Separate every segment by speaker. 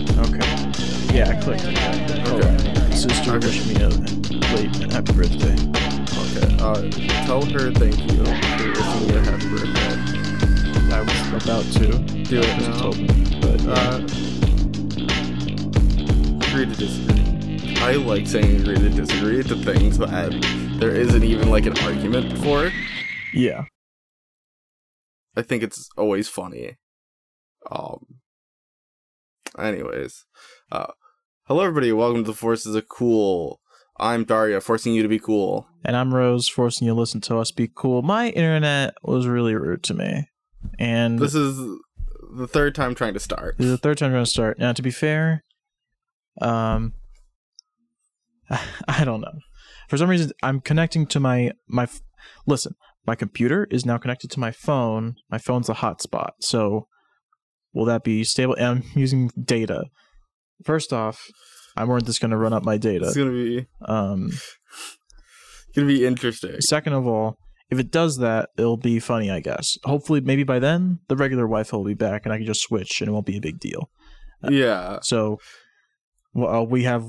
Speaker 1: Okay. Yeah, I clicked. it.
Speaker 2: Okay.
Speaker 1: Sister
Speaker 2: Okay.
Speaker 1: wishing me a late and happy birthday.
Speaker 2: Okay. Uh, tell her thank you for wishing me a happy birthday.
Speaker 1: I was about to.
Speaker 2: Do it
Speaker 1: Just
Speaker 2: now.
Speaker 1: told me, but
Speaker 2: Uh, agree to disagree. I like saying agree to disagree to things that there isn't even like an argument for.
Speaker 1: yeah.
Speaker 2: I think it's always funny. Um. Anyways, uh, hello everybody. Welcome to the Forces of Cool. I'm Daria, forcing you to be cool.
Speaker 1: And I'm Rose, forcing you to listen to us be cool. My internet was really rude to me. And
Speaker 2: This is the third time trying to start.
Speaker 1: This is the third time I'm going to start. Now, to be fair, um, I don't know. For some reason, I'm connecting to my my. f- Listen, my computer is now connected to my phone. My phone's a hotspot, so will that be stable? And I'm using data. First off, I weren't just going to run up my
Speaker 2: It's
Speaker 1: data.
Speaker 2: gonna be
Speaker 1: Um,
Speaker 2: gonna be interesting.
Speaker 1: second of all, if it does that, it'll be funny, I guess. Hopefully, maybe by then the regular Wi-Fi will be back, and I can just switch, and it won't be a big deal.
Speaker 2: Yeah,
Speaker 1: So, well, we have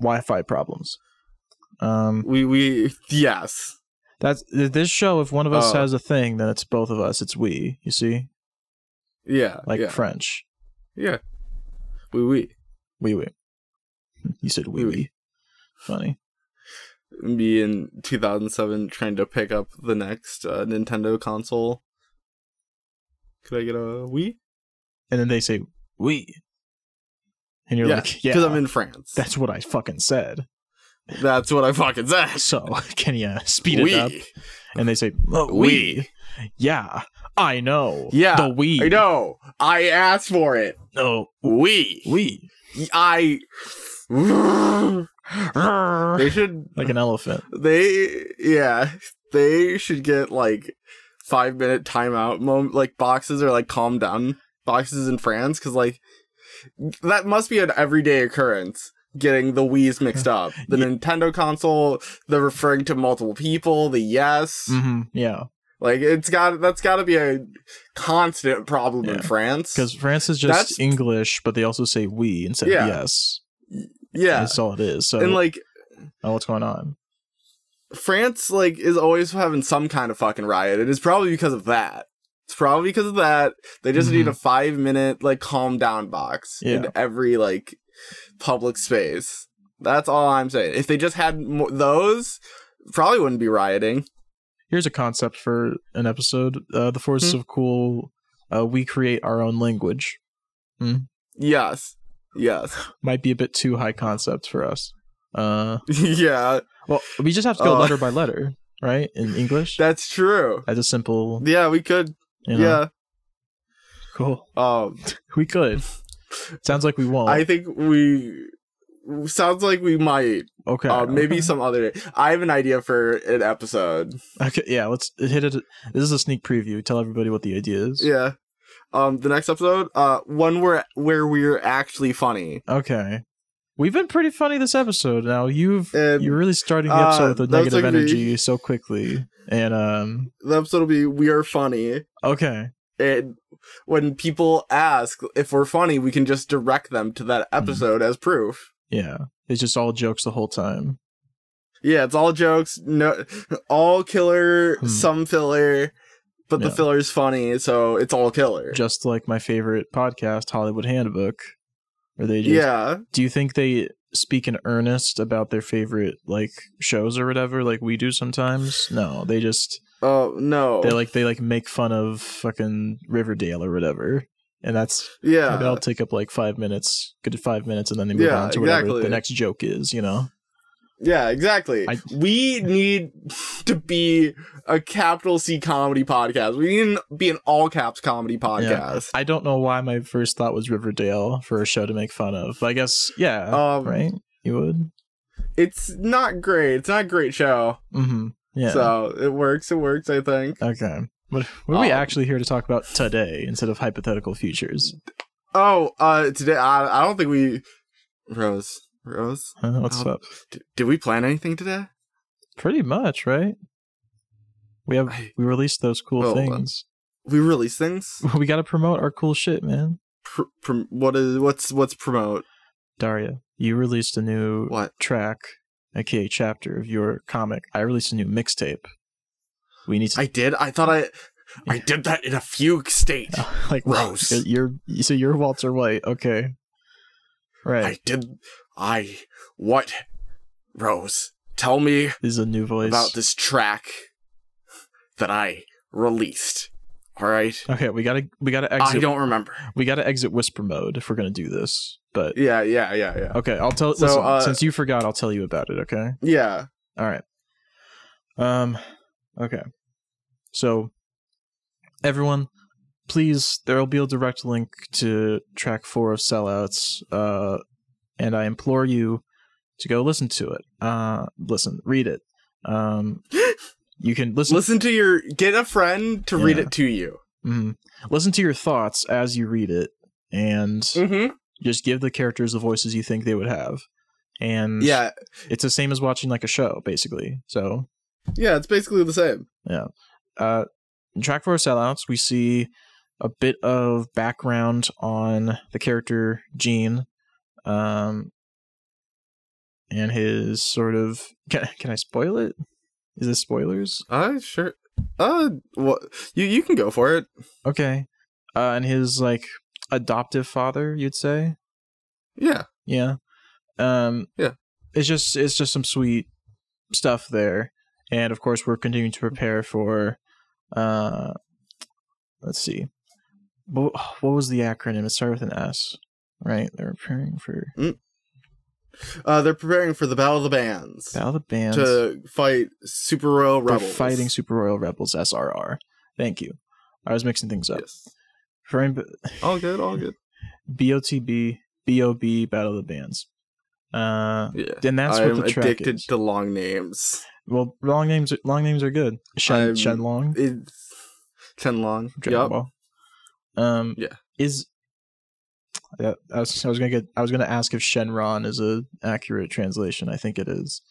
Speaker 1: Wi-Fi problems. Um,
Speaker 2: we we yes.
Speaker 1: that's th- this show. If one of us
Speaker 2: Oh.
Speaker 1: has a thing, then it's both of us. It's we. You see,
Speaker 2: Yeah,
Speaker 1: like
Speaker 2: yeah,
Speaker 1: French.
Speaker 2: yeah. We we
Speaker 1: We we. You said we
Speaker 2: Oui,
Speaker 1: we. Funny.
Speaker 2: me in 2007 trying to pick up the next uh, Nintendo console. Could I get a Wii?
Speaker 1: And then they say we. And you're like, yeah,
Speaker 2: because I'm in France.
Speaker 1: that's what I fucking said.
Speaker 2: That's what I fucking said.
Speaker 1: So can you speed
Speaker 2: Wii.
Speaker 1: it up? And they say oh,
Speaker 2: Oui.
Speaker 1: we. Yeah, I know.
Speaker 2: Yeah,
Speaker 1: the we.
Speaker 2: I know. I asked for it.
Speaker 1: No,
Speaker 2: We.
Speaker 1: we.
Speaker 2: I. They should.
Speaker 1: Like an elephant.
Speaker 2: They. Yeah. They should get like five minute timeout moment. Like boxes or like calm down boxes in France because like that must be an everyday occurrence. Getting the Wii's mixed up. The
Speaker 1: Yeah.
Speaker 2: Nintendo console, the referring to multiple people, the yes.
Speaker 1: hmm Yeah.
Speaker 2: Like it's got that's got to be a constant problem in
Speaker 1: Yeah.
Speaker 2: France.
Speaker 1: Because France is just
Speaker 2: That's-
Speaker 1: English, but they also say we instead
Speaker 2: Yeah.
Speaker 1: of yes.
Speaker 2: yeah,
Speaker 1: That's all it is. So,
Speaker 2: and like
Speaker 1: oh, what's going on?
Speaker 2: France like is always having some kind of fucking riot. It is probably because of that. It's probably because of that. They just need a five minute like calm down box in
Speaker 1: Mm-hmm. Yeah.
Speaker 2: every like public space. That's all I'm saying. If they just had mo- those, probably wouldn't be rioting.
Speaker 1: Here's a concept for an episode uh, The Forces
Speaker 2: Hmm.
Speaker 1: of Cool. Uh, we create our own language.
Speaker 2: Yes, yes,
Speaker 1: Might be a bit too high concept for us. Uh,
Speaker 2: yeah.
Speaker 1: well, we just have to go
Speaker 2: Uh.
Speaker 1: letter by letter, right? In English?
Speaker 2: That's true.
Speaker 1: As a simple.
Speaker 2: Yeah, we could.
Speaker 1: You know,
Speaker 2: Yeah.
Speaker 1: Cool.
Speaker 2: Um.
Speaker 1: We could. Sounds like we won't.
Speaker 2: I think we sounds like we might
Speaker 1: okay.
Speaker 2: uh, maybe
Speaker 1: okay.
Speaker 2: some other day. I have an idea for an episode.
Speaker 1: Okay, yeah, let's hit it. This is a sneak preview. Tell everybody what the idea is.
Speaker 2: Yeah. Um the next episode, uh one where where we're actually funny.
Speaker 1: Okay. We've been pretty funny this episode. Now you've
Speaker 2: And,
Speaker 1: you're really starting the
Speaker 2: uh,
Speaker 1: episode with a
Speaker 2: that's
Speaker 1: negative
Speaker 2: like me.
Speaker 1: energy so quickly. And um
Speaker 2: The episode will be we are funny
Speaker 1: okay.
Speaker 2: and when people ask if we're funny, we can just direct them to that
Speaker 1: Hmm.
Speaker 2: episode as proof.
Speaker 1: Yeah. It's just all jokes the whole time.
Speaker 2: Yeah, it's all jokes, no all killer,
Speaker 1: Hmm.
Speaker 2: some filler, but the
Speaker 1: Yeah.
Speaker 2: filler's funny, so it's all killer.
Speaker 1: Just like my favorite podcast, Hollywood Handbook. Where they just
Speaker 2: yeah.
Speaker 1: do you think they speak in earnest about their favorite like shows or whatever, like we do sometimes? No. They just
Speaker 2: Oh no.
Speaker 1: they like they like make fun of fucking Riverdale or whatever. And that's
Speaker 2: yeah.
Speaker 1: that'll take up like five minutes, good five minutes, and then they move
Speaker 2: Yeah,
Speaker 1: on to whatever
Speaker 2: exactly.
Speaker 1: the next joke is. You know,
Speaker 2: Yeah, exactly.
Speaker 1: I-
Speaker 2: we need to be a capital C comedy podcast. We need to be an all caps comedy podcast.
Speaker 1: I don't know why my first thought was Riverdale for a show to make fun of. But I guess yeah,
Speaker 2: Um,
Speaker 1: right? You would.
Speaker 2: it's not great. It's not a great show.
Speaker 1: Mm-hmm. Yeah.
Speaker 2: So it works. It works. I think.
Speaker 1: okay. What what are we
Speaker 2: Um,
Speaker 1: actually here to talk about today instead of hypothetical futures?
Speaker 2: Oh, uh, today I, I don't think we Rose Rose.
Speaker 1: Huh? What's
Speaker 2: um,
Speaker 1: up?
Speaker 2: D- did we plan anything today?
Speaker 1: Pretty much, right? We have
Speaker 2: I-
Speaker 1: we released those cool
Speaker 2: Well, uh,
Speaker 1: things.
Speaker 2: We release things.
Speaker 1: we got to promote our cool shit, man.
Speaker 2: pr- pr- what is what's what's promote?
Speaker 1: Daria, you released a new
Speaker 2: What?
Speaker 1: track, aka chapter of your comic. I released a new mixtape. We need to
Speaker 2: I did. I thought I I did that in a fugue state.
Speaker 1: like
Speaker 2: Gross.
Speaker 1: You're so you're Walter White. Okay, right.
Speaker 2: I did. I what? Rose, tell me
Speaker 1: this is a new voice.
Speaker 2: about this track that I released. All right.
Speaker 1: okay, we gotta we gotta
Speaker 2: I
Speaker 1: exit.
Speaker 2: don't remember.
Speaker 1: we gotta exit whisper mode if we're gonna do this. But
Speaker 2: Yeah, yeah, yeah, yeah.
Speaker 1: okay, I'll tell.
Speaker 2: So,
Speaker 1: listen,
Speaker 2: uh,
Speaker 1: since you forgot, I'll tell you about it. Okay.
Speaker 2: Yeah.
Speaker 1: All right. Um okay. So everyone, please there'll be a direct link to track 4 of sellouts uh and I implore you to go listen to it. Uh listen, read it. Um you can listen
Speaker 2: Listen to your get a friend to read
Speaker 1: Yeah.
Speaker 2: it to you.
Speaker 1: Mhm. listen to your thoughts as you read it and
Speaker 2: Mm-hmm.
Speaker 1: just give the characters the voices you think they would have. And
Speaker 2: Yeah,
Speaker 1: it's the same as watching like a show basically. So
Speaker 2: yeah. It's basically the same.
Speaker 1: uh, in track four sellouts, we see a bit of background on the character Gene, um, and his sort of can can I spoil it? Is this spoilers?
Speaker 2: Uh, sure. Uh, what you you can go for it.
Speaker 1: Okay, uh, and his like adoptive father, you'd say,
Speaker 2: Yeah.
Speaker 1: yeah, um,
Speaker 2: Yeah.
Speaker 1: It's just it's just some sweet stuff there, and of course we're continuing to prepare for, uh, let's see, what, what was the acronym? It started with an S, right? They're preparing for
Speaker 2: Uh, they're preparing for the Battle of the Bands
Speaker 1: Battle of the Bands.
Speaker 2: to fight Super Royal
Speaker 1: They're
Speaker 2: Rebels.
Speaker 1: fighting Super Royal Rebels SRR. Thank you. I was mixing things up.
Speaker 2: Yes.
Speaker 1: Preparing b-
Speaker 2: All good. All good.
Speaker 1: BOTB BOB Battle of the Bands. Uh,
Speaker 2: Yeah.
Speaker 1: and that's
Speaker 2: I'm
Speaker 1: what the track
Speaker 2: addicted
Speaker 1: is.
Speaker 2: to long names.
Speaker 1: well, long names long names are good. Shen
Speaker 2: I'm-
Speaker 1: Shen Long.
Speaker 2: It's ten long.
Speaker 1: Dragon
Speaker 2: Yup.
Speaker 1: Ball. Um,
Speaker 2: Yeah.
Speaker 1: Is yeah, I was I was gonna get I was gonna ask if Shenron is a accurate translation. I think it is.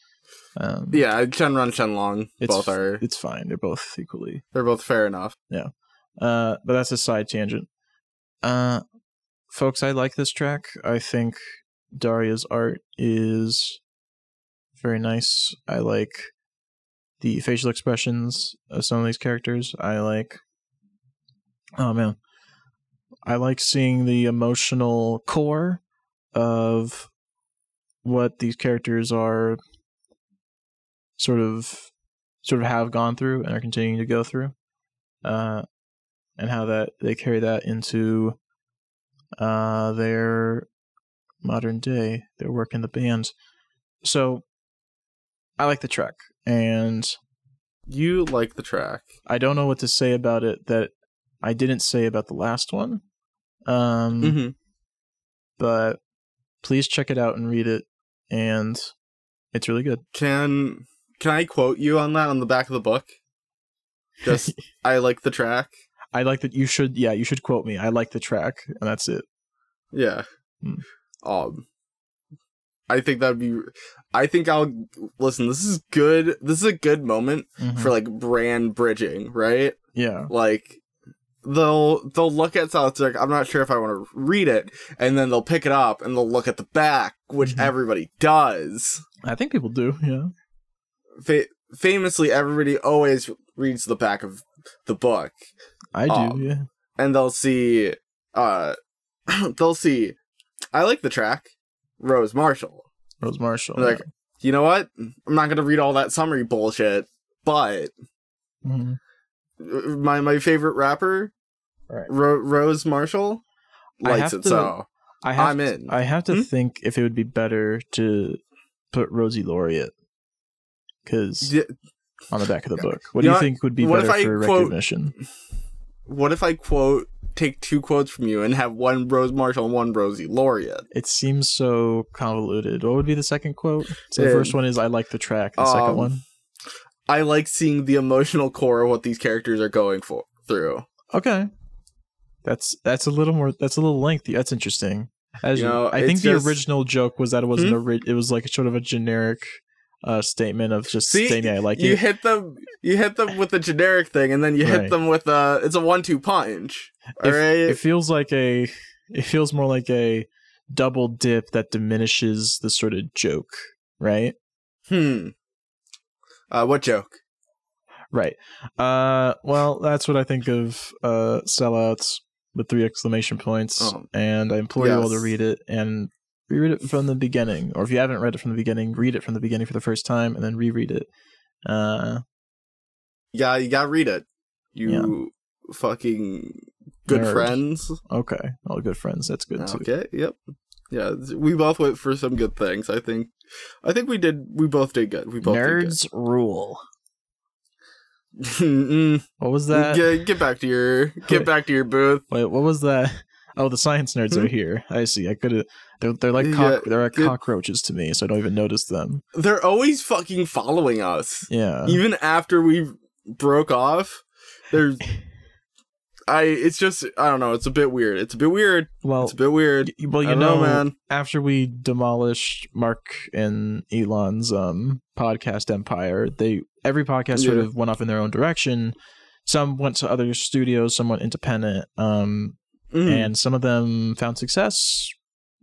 Speaker 1: Um,
Speaker 2: Yeah, Shenron, Shenlong,
Speaker 1: it's,
Speaker 2: both are.
Speaker 1: It's fine. They're both equally.
Speaker 2: They're both fair enough.
Speaker 1: Uh, but that's a side tangent. Uh, folks, I like this track. I think Daria's art is very nice. I like the facial expressions of some of these characters. I like. Oh man, I like seeing the emotional core of what these characters are sort of sort of have gone through and are continuing to go through. Uh, and how that they carry that into uh, their modern day, their work in the band. So I like the track, and
Speaker 2: You like the track.
Speaker 1: I don't know what to say about it that I didn't say about the last one. Um,
Speaker 2: Mm-hmm.
Speaker 1: But please check it out and read it, and it's really good.
Speaker 2: Can can I quote you on that on the back of the book? Just I like the track.
Speaker 1: I like that you should, yeah, you should quote me. I like the track, and that's it.
Speaker 2: Yeah.
Speaker 1: Hmm.
Speaker 2: Um I think that'd be I think I'll listen, this is good this is a good moment
Speaker 1: Mhm.
Speaker 2: for like brand bridging, right?
Speaker 1: yeah,
Speaker 2: Like they'll they'll look at South Dirk, I'm not sure if I want to read it, and then they'll pick it up and they'll look at the back, which
Speaker 1: Mhm.
Speaker 2: everybody does.
Speaker 1: I think people do. Yeah,
Speaker 2: Fa- famously everybody always reads the back of the book.
Speaker 1: I do.
Speaker 2: Um,
Speaker 1: yeah.
Speaker 2: and they'll see uh they'll see I like the track Rose Marshall.
Speaker 1: Rose Marshall.
Speaker 2: Like you know what? I'm not going to read all that summary bullshit, but
Speaker 1: yeah. Mhm.
Speaker 2: my my favorite rapper
Speaker 1: Right.
Speaker 2: Ro- Rose Marshall
Speaker 1: I
Speaker 2: likes
Speaker 1: have
Speaker 2: it
Speaker 1: to-
Speaker 2: so
Speaker 1: I have
Speaker 2: I'm
Speaker 1: to,
Speaker 2: in.
Speaker 1: I have to
Speaker 2: Hmm?
Speaker 1: think if it would be better to put Rosie Laureate because
Speaker 2: D-
Speaker 1: on the back of the book. What
Speaker 2: You
Speaker 1: do
Speaker 2: know
Speaker 1: you think would be
Speaker 2: what
Speaker 1: better
Speaker 2: if I
Speaker 1: for
Speaker 2: quote-
Speaker 1: recognition?
Speaker 2: what if I quote take two quotes from you and have one Rose Marshall and one Rosie Laureate?
Speaker 1: It seems so convoluted. What would be the second quote? So the
Speaker 2: Uh,
Speaker 1: first one is I like the track. The
Speaker 2: um,
Speaker 1: second one.
Speaker 2: I like seeing the emotional core of what these characters are going for through.
Speaker 1: Okay. That's that's a little more that's a little lengthy. That's interesting. As
Speaker 2: You know,
Speaker 1: I
Speaker 2: it's
Speaker 1: think the
Speaker 2: just- Hmm?
Speaker 1: original joke was that it wasn't a ri- it was like sort of a generic uh, statement of just
Speaker 2: See,
Speaker 1: saying I like
Speaker 2: you
Speaker 1: it.
Speaker 2: hit them you hit them with the generic thing and then you hit
Speaker 1: Right.
Speaker 2: them with a it's a one two punch. All right.
Speaker 1: it feels like a It feels more like a double dip that diminishes the sort of joke, right?
Speaker 2: Hmm. Uh, what joke?
Speaker 1: Right. Uh, well, that's what I think of uh, sellouts with three exclamation points,
Speaker 2: Oh.
Speaker 1: and I implore you all to
Speaker 2: Yes.
Speaker 1: read it and reread it from the beginning. Or if you haven't read it from the beginning, read it from the beginning for the first time and then reread it. Uh,
Speaker 2: Yeah, you gotta read it. You fucking good
Speaker 1: Nerd.
Speaker 2: friends.
Speaker 1: okay, all good friends. That's good too.
Speaker 2: okay. Yep. Yeah, th- we both went for some good things. I think. I think we did. We both did good. We both
Speaker 1: Nerds rule.
Speaker 2: Did good. Mm-mm.
Speaker 1: What was that?
Speaker 2: get, get back to your get back to your booth.
Speaker 1: Wait, what was that? Oh, the science nerds
Speaker 2: Hmm?
Speaker 1: are here. I see. I could have. They're, they're like cock- they're like
Speaker 2: good.
Speaker 1: cockroaches to me, so I don't even notice them.
Speaker 2: They're always fucking following us,
Speaker 1: Yeah.
Speaker 2: even after we broke off. They're. I. It's just. I don't know. It's a bit weird. It's a bit weird.
Speaker 1: Well,
Speaker 2: It's a bit weird.
Speaker 1: Oh, y- well,
Speaker 2: I
Speaker 1: you
Speaker 2: don't
Speaker 1: know,
Speaker 2: know, man.
Speaker 1: after we demolished Mark and Elon's um, podcast empire, they every podcast sort
Speaker 2: Yeah.
Speaker 1: of went off in their own direction. Some went to other studios, some went independent, um,
Speaker 2: Mm.
Speaker 1: and some of them found success.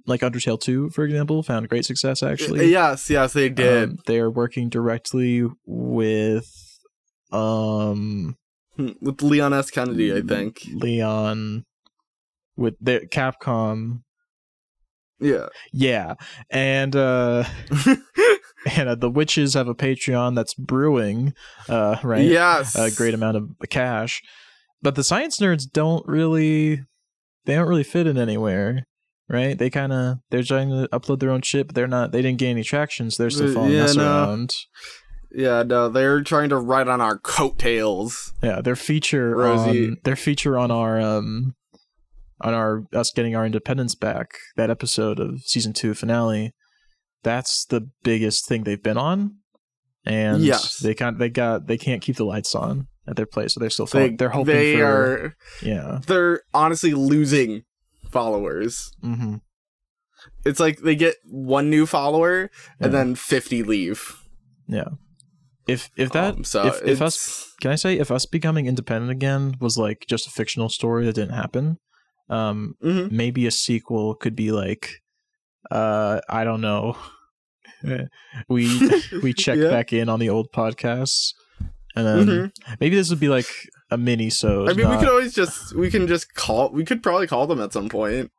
Speaker 1: Like Undertale Two, for example, found great success actually.
Speaker 2: Yes, yes, they did.
Speaker 1: Um, they are working directly with um
Speaker 2: Hmm, With Leon S. Kennedy,
Speaker 1: mm-hmm.
Speaker 2: I think.
Speaker 1: Leon with their Capcom.
Speaker 2: Yeah.
Speaker 1: Yeah. And uh and uh, the witches have a Patreon that's brewing uh right
Speaker 2: Yes.
Speaker 1: a great amount of cash. But the science nerds don't really they don't really fit in anywhere. Right, they kind of they're trying to upload their own shit, but they're not. They didn't gain any traction, so they're still
Speaker 2: Uh,
Speaker 1: following
Speaker 2: yeah,
Speaker 1: us
Speaker 2: no.
Speaker 1: around.
Speaker 2: Yeah, no, they're trying to ride on our coattails.
Speaker 1: Yeah, their feature
Speaker 2: Rosie-
Speaker 1: on their feature on our um on our us getting our independence back, that episode of season two finale, that's the biggest thing they've been on. And
Speaker 2: Yes.
Speaker 1: they can't they got they can't keep the lights on at their place, so they're still
Speaker 2: They,
Speaker 1: they, they're hoping
Speaker 2: they
Speaker 1: for
Speaker 2: are
Speaker 1: Yeah.
Speaker 2: they're honestly losing followers.
Speaker 1: Mm-hmm.
Speaker 2: It's like they get one new follower and
Speaker 1: Yeah.
Speaker 2: then fifty leave.
Speaker 1: If if that
Speaker 2: Um, so
Speaker 1: if- if us-
Speaker 2: it's-
Speaker 1: can I say if us becoming independent again was like just a fictional story that didn't happen, um,
Speaker 2: Mhm.
Speaker 1: maybe a sequel could be like uh i don't know we we check
Speaker 2: Yeah.
Speaker 1: back in on the old podcasts and then
Speaker 2: Mhm.
Speaker 1: maybe this would be like a mini so
Speaker 2: I mean, we could always just we can just call. We could probably call them at some point.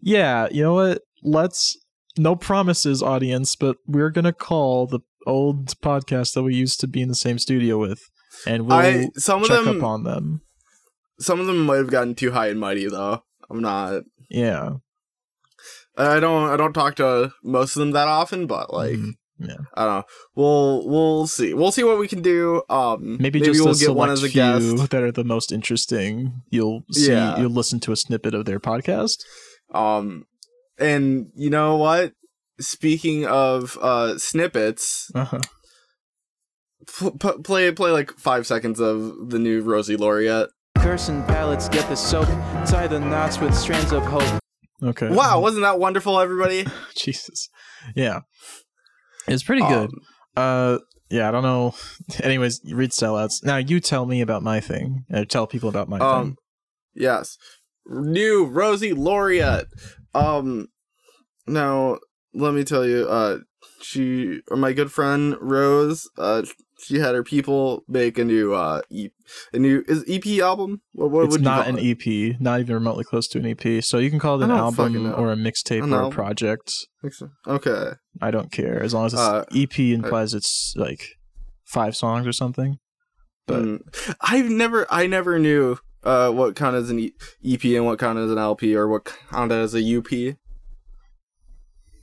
Speaker 1: yeah you know what let's no promises audience but we're gonna call the old podcast that we used to be in the same studio with and we'll
Speaker 2: I some of
Speaker 1: check
Speaker 2: them
Speaker 1: up on them
Speaker 2: some of them might have gotten too high and mighty though. I'm not.
Speaker 1: yeah
Speaker 2: I don't. I don't talk to most of them that often, but like.
Speaker 1: Mhm.
Speaker 2: I don't know. We'll we'll see. We'll see what we can do. Um,
Speaker 1: maybe, just
Speaker 2: we'll
Speaker 1: a
Speaker 2: get one as a
Speaker 1: select
Speaker 2: guest.
Speaker 1: few that are the most interesting you'll see
Speaker 2: Yeah.
Speaker 1: you'll listen to a snippet of their podcast
Speaker 2: Um, and you know what? Speaking of uh snippets,
Speaker 1: Uh-huh.
Speaker 2: p- p- play play like five seconds of the new Rosie Laureate.
Speaker 3: Cursing pallets, get the soap, tie the knots with strands of hope.
Speaker 1: Okay.
Speaker 2: Wow, wasn't that wonderful, everybody?
Speaker 1: Jesus. Yeah. It's pretty
Speaker 2: Um,
Speaker 1: good. Uh yeah, I don't know. Anyways, you read sellouts. Now you tell me about my thing. Or tell people about my
Speaker 2: Um, um, yes, new Rosie Laureate. Um, now let me tell you. Uh, she, or my good friend Rose. Uh, she had her people make a new uh, e- a new is EP album. What, what
Speaker 1: thing. It's
Speaker 2: would you
Speaker 1: not
Speaker 2: call
Speaker 1: an E-
Speaker 2: it?
Speaker 1: EP, not even remotely close to an EP. So you can call it
Speaker 2: I
Speaker 1: an
Speaker 2: don't fucking
Speaker 1: album
Speaker 2: know.
Speaker 1: or a mixtape
Speaker 2: An
Speaker 1: or a
Speaker 2: album.
Speaker 1: project.
Speaker 2: Okay.
Speaker 1: I don't care as long as it's
Speaker 2: Uh,
Speaker 1: EP implies it's like five songs or something. But-
Speaker 2: Mm. I've never, I never knew uh what counted as an e- EP and what counted as an LP or what counted as a UP.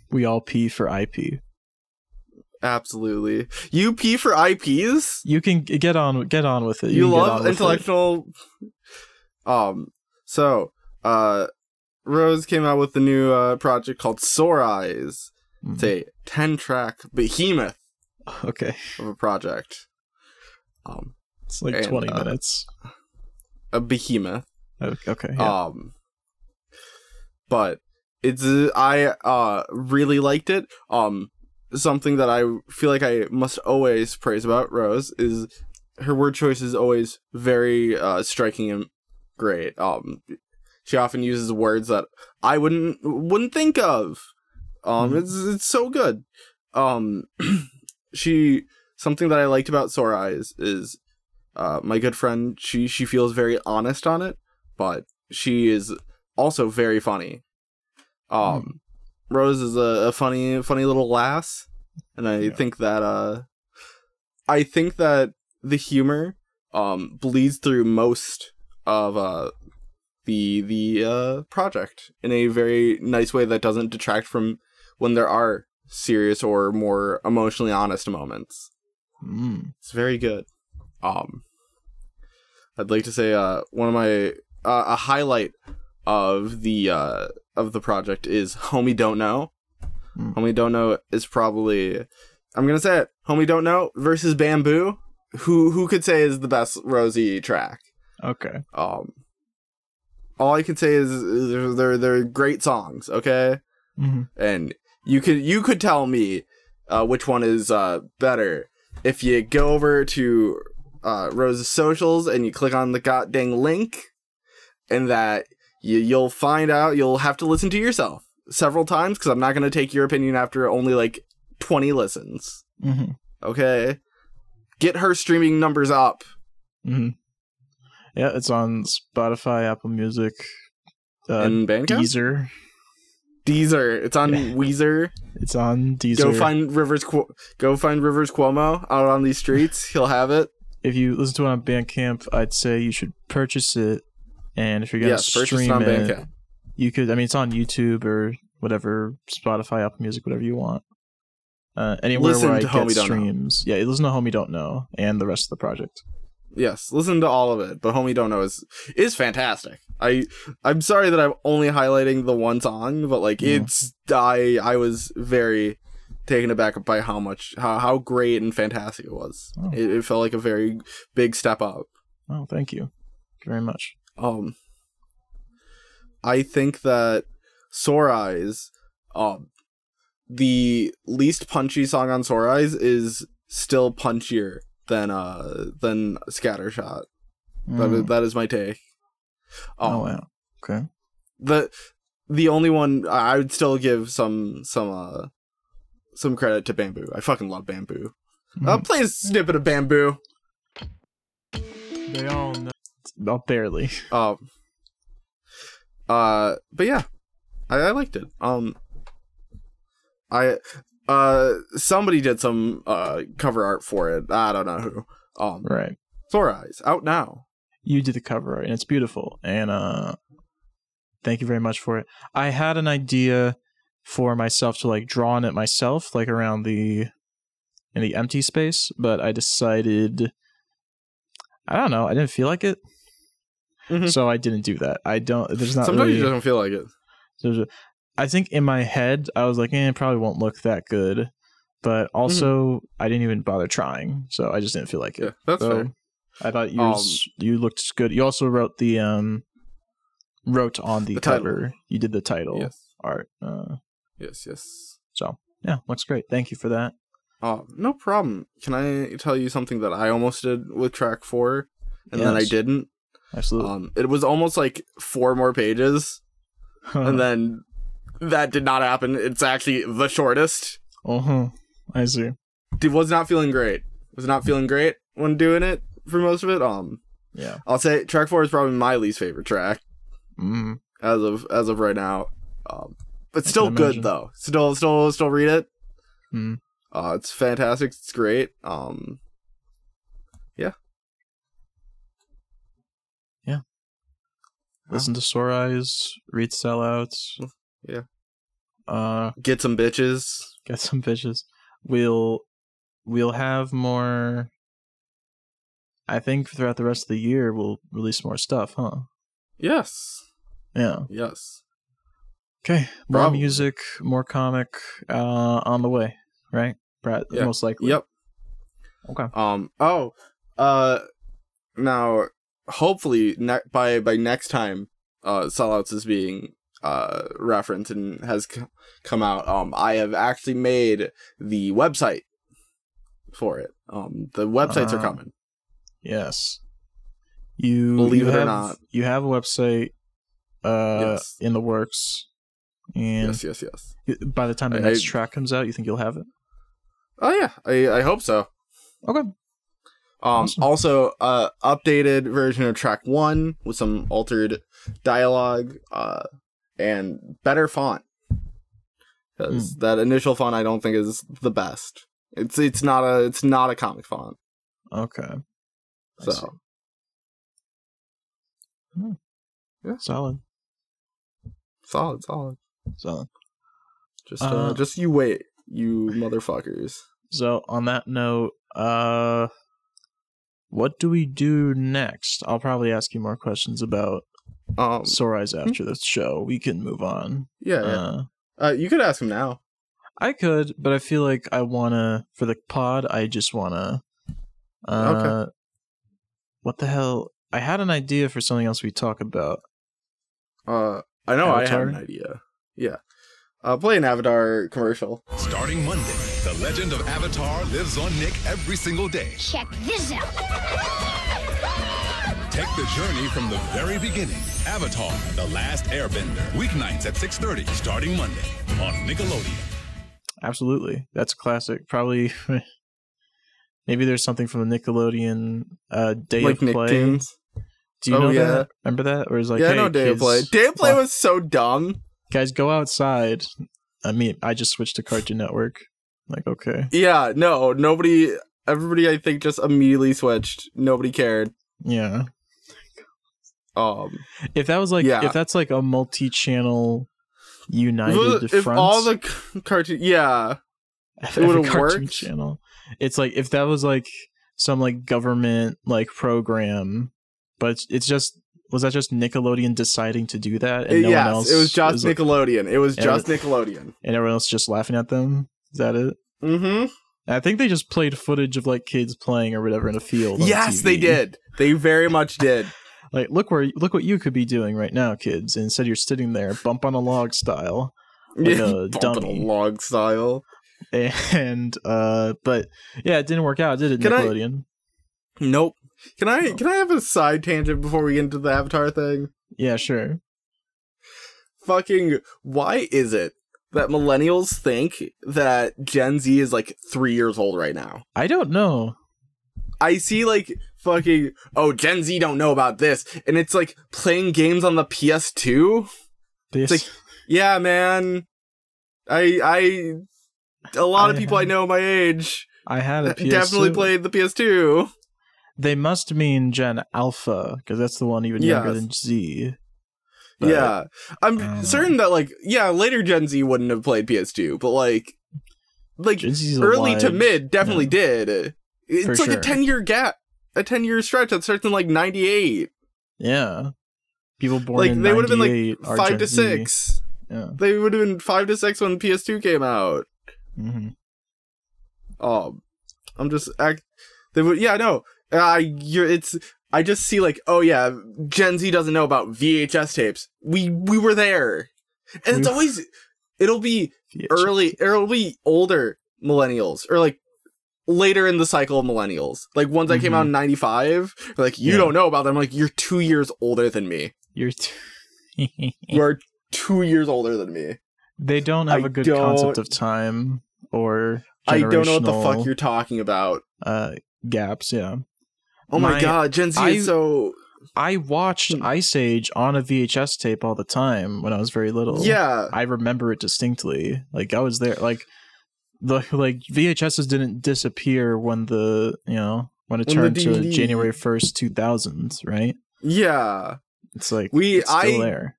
Speaker 1: We all P for IP.
Speaker 2: Absolutely, UP for IPs.
Speaker 1: You can get on get on with it.
Speaker 2: you
Speaker 1: can get on
Speaker 2: love
Speaker 1: with it.
Speaker 2: intellectual um so uh rose came out with the new uh project called sore eyes it's
Speaker 1: Mm,
Speaker 2: a 10 track behemoth
Speaker 1: Okay.
Speaker 2: of a project um
Speaker 1: It's like
Speaker 2: And,
Speaker 1: 20
Speaker 2: uh,
Speaker 1: minutes.
Speaker 2: a behemoth
Speaker 1: Okay. yeah.
Speaker 2: um but it's uh, i uh really liked it um something that i feel like i must always praise about rose is her word choice is always very uh striking and great um She often uses words that I wouldn't wouldn't think of. Um,
Speaker 1: Mhm.
Speaker 2: it's it's so good. Um, she something that I liked about Sora Eyes is, uh, my good friend. She she feels very honest on it, but she is also very funny.
Speaker 1: Hmm.
Speaker 2: Um, Rose is a, a funny funny little lass, and I
Speaker 1: Yeah.
Speaker 2: think that uh, I think that the humor um bleeds through most of uh the the uh, project in a very nice way that doesn't detract from when there are serious or more emotionally honest moments.
Speaker 1: Mm.
Speaker 2: It's very good. Um, I'd like to say uh, one of my uh, a highlight of the uh, of the project is Homie Don't Know.
Speaker 1: Mm.
Speaker 2: Homie Don't Know is probably I'm gonna say it. Homie Don't Know versus Bamboo. Who who could say is the best Rosie track?
Speaker 1: Okay.
Speaker 2: Um, all I can say is they're, they're they're great songs, okay?
Speaker 1: hmm
Speaker 2: And you could you could tell me uh, which one is uh, better if you go over to uh, Rose's socials and you click on the god dang link, and that you you'll find out you'll have to listen to yourself several times because I'm not gonna take your opinion after only like twenty listens,
Speaker 1: hmm
Speaker 2: okay? Get her streaming numbers up.
Speaker 1: hmm Yeah, it's on Spotify, Apple Music, uh,
Speaker 2: and Bandcamp?
Speaker 1: Deezer.
Speaker 2: Deezer. It's on
Speaker 1: Yeah.
Speaker 2: Weezer.
Speaker 1: It's on Deezer.
Speaker 2: Go find Rivers. Cu- go find Rivers Cuomo out on these streets. He'll have it.
Speaker 1: if you listen to it on Bandcamp, I'd say you should purchase it. And if you're gonna
Speaker 2: yes, purchase it
Speaker 1: stream
Speaker 2: on
Speaker 1: it,
Speaker 2: Bandcamp.
Speaker 1: you could. I mean, it's on YouTube or whatever, Spotify, Apple Music, whatever you want. Uh, anywhere
Speaker 2: Listen
Speaker 1: where I
Speaker 2: to
Speaker 1: get
Speaker 2: Homie Don't Know.
Speaker 1: streams. Yeah, listen to Homie Don't Know and the rest of the project.
Speaker 2: Yes, listen to all of it. But homie, don't know is is fantastic. I I'm sorry that I'm only highlighting the one song, but like
Speaker 1: Yeah.
Speaker 2: it's I I was very taken aback by how much how how great and fantastic it was.
Speaker 1: Oh.
Speaker 2: It, it felt like a very big step up.
Speaker 1: Oh, thank you, Thank you very much.
Speaker 2: Um, I think that Sore Eyes, um, the least punchy song on Sore Eyes is still punchier than uh than Scattershot. That is,
Speaker 1: Mm.
Speaker 2: that is my take. Um,
Speaker 1: oh wow. Okay.
Speaker 2: the the only one I I would still give some some uh some credit to Bamboo. I fucking love Bamboo. Uh,
Speaker 1: Mhm.
Speaker 2: play a snippet of Bamboo.
Speaker 1: They all know. Well, barely.
Speaker 2: Um. Uh. But yeah, I, I liked it. Um. I. Uh. Somebody did some uh cover art for it. I don't know who. Um.
Speaker 1: Right.
Speaker 2: Sora Eyes out now.
Speaker 1: You did the cover art, and it's beautiful. And uh, thank you very much for it. I had an idea for myself to like draw on it myself, like around the in the empty space, but I decided I don't know. I didn't feel like it,
Speaker 2: Mhm.
Speaker 1: so I didn't do that. I don't. There's not
Speaker 2: Sometimes
Speaker 1: really.
Speaker 2: you just don't feel like it.
Speaker 1: there's a, I think in my head I was like, eh, it probably won't look that good, but
Speaker 2: Mm-hmm.
Speaker 1: also I didn't even bother trying, so I just didn't feel like it.
Speaker 2: Yeah, that's
Speaker 1: so
Speaker 2: fair.
Speaker 1: I thought you
Speaker 2: Um,
Speaker 1: s- you looked good. You also wrote the um wrote on the,
Speaker 2: The title.
Speaker 1: cover. You did the title
Speaker 2: Yes.
Speaker 1: art. Uh,
Speaker 2: Yes. Yes.
Speaker 1: so yeah, looks great. Thank you for that.
Speaker 2: Oh, no problem. Can I tell you something that I almost did with track four, and then I
Speaker 1: Yes.
Speaker 2: didn't?
Speaker 1: Absolutely.
Speaker 2: Um, it was almost like four more pages, uh,
Speaker 1: Uh-huh.
Speaker 2: and then that did not happen. It's actually the shortest.
Speaker 1: uh-huh. I see.
Speaker 2: Dude, was not feeling great. Was not feeling great when doing it for most of it. Um,
Speaker 1: Yeah.
Speaker 2: I'll say track four is probably my least favorite track
Speaker 1: Mm.
Speaker 2: as of as of right now. Um, but
Speaker 1: can
Speaker 2: still
Speaker 1: imagine.
Speaker 2: good though. Still, still, still read it.
Speaker 1: Mm.
Speaker 2: Uh, it's fantastic. It's great. Um, yeah.
Speaker 1: Listen to Sore Eyes, read sellouts.
Speaker 2: Yeah.
Speaker 1: Uh,
Speaker 2: Get some bitches.
Speaker 1: get some fishes. We'll we'll have more. I think throughout the rest of the year we'll release more stuff, huh?
Speaker 2: Yes.
Speaker 1: Yeah.
Speaker 2: Yes.
Speaker 1: Okay, more
Speaker 2: Probably.
Speaker 1: music, more comic uh, on the way, right? Brad,
Speaker 2: Yeah.
Speaker 1: most likely.
Speaker 2: Yep.
Speaker 1: Okay.
Speaker 2: Um. Oh. Uh. Now, hopefully, ne- by by next time, uh, sellouts is being uh referenced and has c- come out. Um, I have actually made the website for it. Um, the websites are
Speaker 1: Ah.
Speaker 2: coming.
Speaker 1: Yes. You
Speaker 2: Believe
Speaker 1: you
Speaker 2: it or
Speaker 1: have,
Speaker 2: not.
Speaker 1: you have a website. uh,
Speaker 2: Yes.
Speaker 1: in the works. And
Speaker 2: Yes, yes, yes.
Speaker 1: y- by the time the
Speaker 2: I-
Speaker 1: next
Speaker 2: I-
Speaker 1: track comes out, you think you'll have it?
Speaker 2: Oh yeah, I I hope so.
Speaker 1: Okay.
Speaker 2: Um,
Speaker 1: Awesome.
Speaker 2: Also, uh, updated version of track one with some altered dialogue uh, and better font. Because
Speaker 1: Hmm.
Speaker 2: that initial font, I don't think is the best. It's it's not a it's not a comic font.
Speaker 1: Okay. I see.
Speaker 2: So
Speaker 1: Hmm. Solid.
Speaker 2: solid, solid.
Speaker 1: Solid.
Speaker 2: Just uh,
Speaker 1: Uh,
Speaker 2: just you wait, you motherfuckers.
Speaker 1: So on that note, uh what do we do next? I'll probably ask you more questions about
Speaker 2: Um,
Speaker 1: Sorai's after this show. We can move on.
Speaker 2: yeah, yeah.
Speaker 1: Uh,
Speaker 2: Uh, you could ask him now.
Speaker 1: I could, but I feel like I wanna for the pod. I just wanna. Uh, What the hell? I had an idea for something else we talk about.
Speaker 2: Uh, I know I
Speaker 1: Avatar?
Speaker 2: have an idea. Yeah, uh, play an Avatar commercial.
Speaker 4: Starting Monday, the legend of Avatar lives on Nick every single day.
Speaker 5: Check this out.
Speaker 4: Take the journey from the very beginning. Avatar, The Last Airbender. Weeknights at 6.30, starting Monday on Nickelodeon.
Speaker 1: Absolutely, that's a classic. Probably, maybe there's something from the Nickelodeon uh, Day
Speaker 2: like
Speaker 1: of
Speaker 2: Nick
Speaker 1: Play.
Speaker 2: Tunes.
Speaker 1: Do you
Speaker 2: Oh,
Speaker 1: know
Speaker 2: yeah.
Speaker 1: that? Remember that? Or is like,
Speaker 2: yeah,
Speaker 1: hey,
Speaker 2: no day of
Speaker 1: kids-
Speaker 2: play. Day of play
Speaker 1: Wha-
Speaker 2: was so dumb.
Speaker 1: guys, go outside. I mean, I just switched to Cartoon Network. Like, okay,
Speaker 2: Yeah, no, nobody. Everybody, I think, just immediately switched. Nobody cared.
Speaker 1: yeah.
Speaker 2: Um,
Speaker 1: If that was like,
Speaker 2: Yeah.
Speaker 1: if that's like a multi-channel united
Speaker 2: if, if
Speaker 1: front,
Speaker 2: all the c- cartoon, yeah,
Speaker 1: if
Speaker 2: it would've
Speaker 1: every cartoon
Speaker 2: worked.
Speaker 1: channel, it's like if that was like some like government like program, but it's, it's just was that just Nickelodeon deciding to do that and no
Speaker 2: yes,
Speaker 1: one else?
Speaker 2: it was just
Speaker 1: like-
Speaker 2: Nickelodeon. It was
Speaker 1: Yeah,
Speaker 2: just
Speaker 1: but-
Speaker 2: Nickelodeon.
Speaker 1: and everyone else just laughing at them. Is that it?
Speaker 2: Mm-hmm.
Speaker 1: And I think they just played footage of like kids playing or whatever in a field. on
Speaker 2: Yes, they
Speaker 1: TV.
Speaker 2: did. They very much did.
Speaker 1: Like, look where, look what you could be doing right now, kids. And instead, you're sitting there, bump on a log style, Like a
Speaker 2: Bump it
Speaker 1: dummy.
Speaker 2: log style.
Speaker 1: and uh, but yeah, it didn't work out, did it?
Speaker 2: Can I-
Speaker 1: Nickelodeon.
Speaker 2: Nope. Can I
Speaker 1: No.
Speaker 2: can I have a side tangent before we get into the Avatar thing?
Speaker 1: Yeah, sure.
Speaker 2: fucking why is it that millennials think that Gen Z is like three years old right now?
Speaker 1: I don't know.
Speaker 2: I see like fucking oh Gen Z don't know about this, and it's like playing games on the PS2.
Speaker 1: This,
Speaker 2: like- Yeah, man. I I a lot of
Speaker 1: I
Speaker 2: people I
Speaker 1: had-
Speaker 2: know my age
Speaker 1: I had a PS2.
Speaker 2: definitely played the PS2.
Speaker 1: They must mean Gen Alpha because that's the one even younger
Speaker 2: Yes.
Speaker 1: than Z. But-
Speaker 2: yeah, I'm
Speaker 1: Uh.
Speaker 2: certain that like yeah later Gen Z wouldn't have played PS2, but like like
Speaker 1: Gen Z's
Speaker 2: early to
Speaker 1: alive.
Speaker 2: mid definitely
Speaker 1: Yeah.
Speaker 2: did. It's
Speaker 1: For
Speaker 2: like
Speaker 1: sure.
Speaker 2: a 10 year gap, a 10 year stretch that starts in like 98,
Speaker 1: Yeah, people born
Speaker 2: Like,
Speaker 1: in
Speaker 2: they would've been, like,
Speaker 1: 98 are
Speaker 2: 5
Speaker 1: Gen
Speaker 2: to
Speaker 1: Z.
Speaker 2: 6.
Speaker 1: Yeah.
Speaker 2: They would have been 5 to 6 when PS2 came out.
Speaker 1: hmm
Speaker 2: Um, I'm just act. They would, yeah, no. I, Uh, you're, it's, I just see like, oh yeah, Gen Z doesn't know about VHS tapes. We, we were there. And it's
Speaker 1: We-
Speaker 2: always, it'll be early, it'll be older millennials or like later in the cycle of millennials. Like ones that came out in 95, they're like, you
Speaker 1: Mm-hmm. Yeah.
Speaker 2: don't know about them. I'm like, you're two years older than me.
Speaker 1: You're. T-
Speaker 2: You are two years older than me.
Speaker 1: They don't have
Speaker 2: I
Speaker 1: a good
Speaker 2: don't-
Speaker 1: concept of time or
Speaker 2: I don't know what the fuck
Speaker 1: generational,
Speaker 2: you're talking about.
Speaker 1: uh, gaps. Yeah,
Speaker 2: Oh my,
Speaker 1: My-
Speaker 2: god, Gen Z
Speaker 1: I-
Speaker 2: is so.
Speaker 1: I watched
Speaker 2: Hmm.
Speaker 1: Ice Age on a VHS tape all the time when I was very little.
Speaker 2: Yeah.
Speaker 1: I remember it distinctly. Like I was there. Like the like VHSs didn't disappear when the you know when it
Speaker 2: When the
Speaker 1: turned to
Speaker 2: DVD.
Speaker 1: January first, two thousand. Right?
Speaker 2: Yeah.
Speaker 1: It's like
Speaker 2: We-
Speaker 1: it's still
Speaker 2: I-
Speaker 1: there.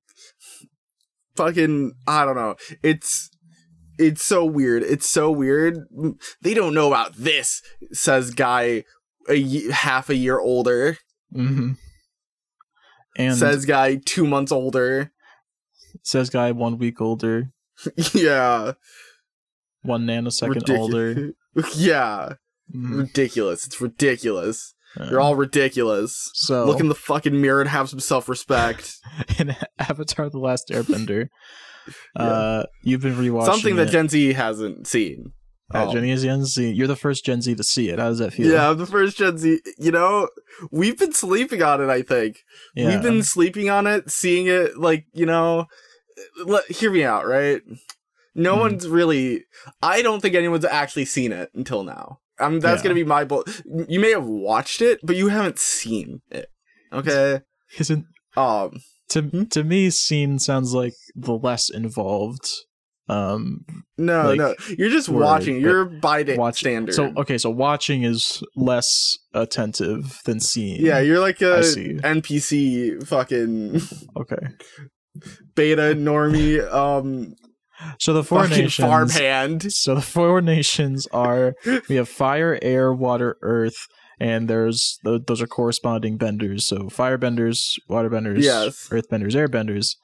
Speaker 2: Fucking, I don't know. It's. It's so weird. It's so weird. They don't know about this, says guy a ye- half a year older.
Speaker 1: hmm And says
Speaker 2: says guy two months older.
Speaker 1: says guy one week older,
Speaker 2: yeah.
Speaker 1: one nanosecond
Speaker 2: Ridicu-
Speaker 1: older.
Speaker 2: yeah.
Speaker 1: Mhm.
Speaker 2: Ridiculous. It's ridiculous.
Speaker 1: Yeah.
Speaker 2: You're all ridiculous.
Speaker 1: so
Speaker 2: Look in the fucking mirror and have some self respect.
Speaker 1: in Avatar: The Last Airbender. Uh, you've been rewatching
Speaker 2: Something that
Speaker 1: it.
Speaker 2: Gen Z hasn't seen.
Speaker 1: at
Speaker 2: Oh.
Speaker 1: Gen Z and Z. You're the first Gen Z to see it. How does that feel?
Speaker 2: Yeah, I'm the first Gen Z. You know, we've been sleeping on it. I think
Speaker 1: Yeah.
Speaker 2: we've been sleeping on it, seeing it. Like you know, let, hear me out, right? No
Speaker 1: Mhm.
Speaker 2: one's really. I don't think anyone's actually seen it until now. Um, that's
Speaker 1: Yeah.
Speaker 2: gonna be my bull. You may have watched it, but you haven't seen it. Okay.
Speaker 1: Isn't
Speaker 2: Um.
Speaker 1: to
Speaker 2: Hmm?
Speaker 1: to me scene sounds like the less involved um
Speaker 2: No,
Speaker 1: Like,
Speaker 2: no. You're just
Speaker 1: word,
Speaker 2: watching.
Speaker 1: but
Speaker 2: You're by da-
Speaker 1: watch-
Speaker 2: standard.
Speaker 1: So okay, so watching is less attentive than seeing.
Speaker 2: yeah, you're like
Speaker 1: I
Speaker 2: a
Speaker 1: see.
Speaker 2: NPC fucking
Speaker 1: Okay.
Speaker 2: beta normie um
Speaker 1: So the four
Speaker 2: fucking
Speaker 1: nations.
Speaker 2: farmhand.
Speaker 1: So the four nations are we have fire, air, water, earth, and there's tho- those are corresponding benders. So firebenders, waterbenders,
Speaker 2: Yes.
Speaker 1: earthbenders, airbenders.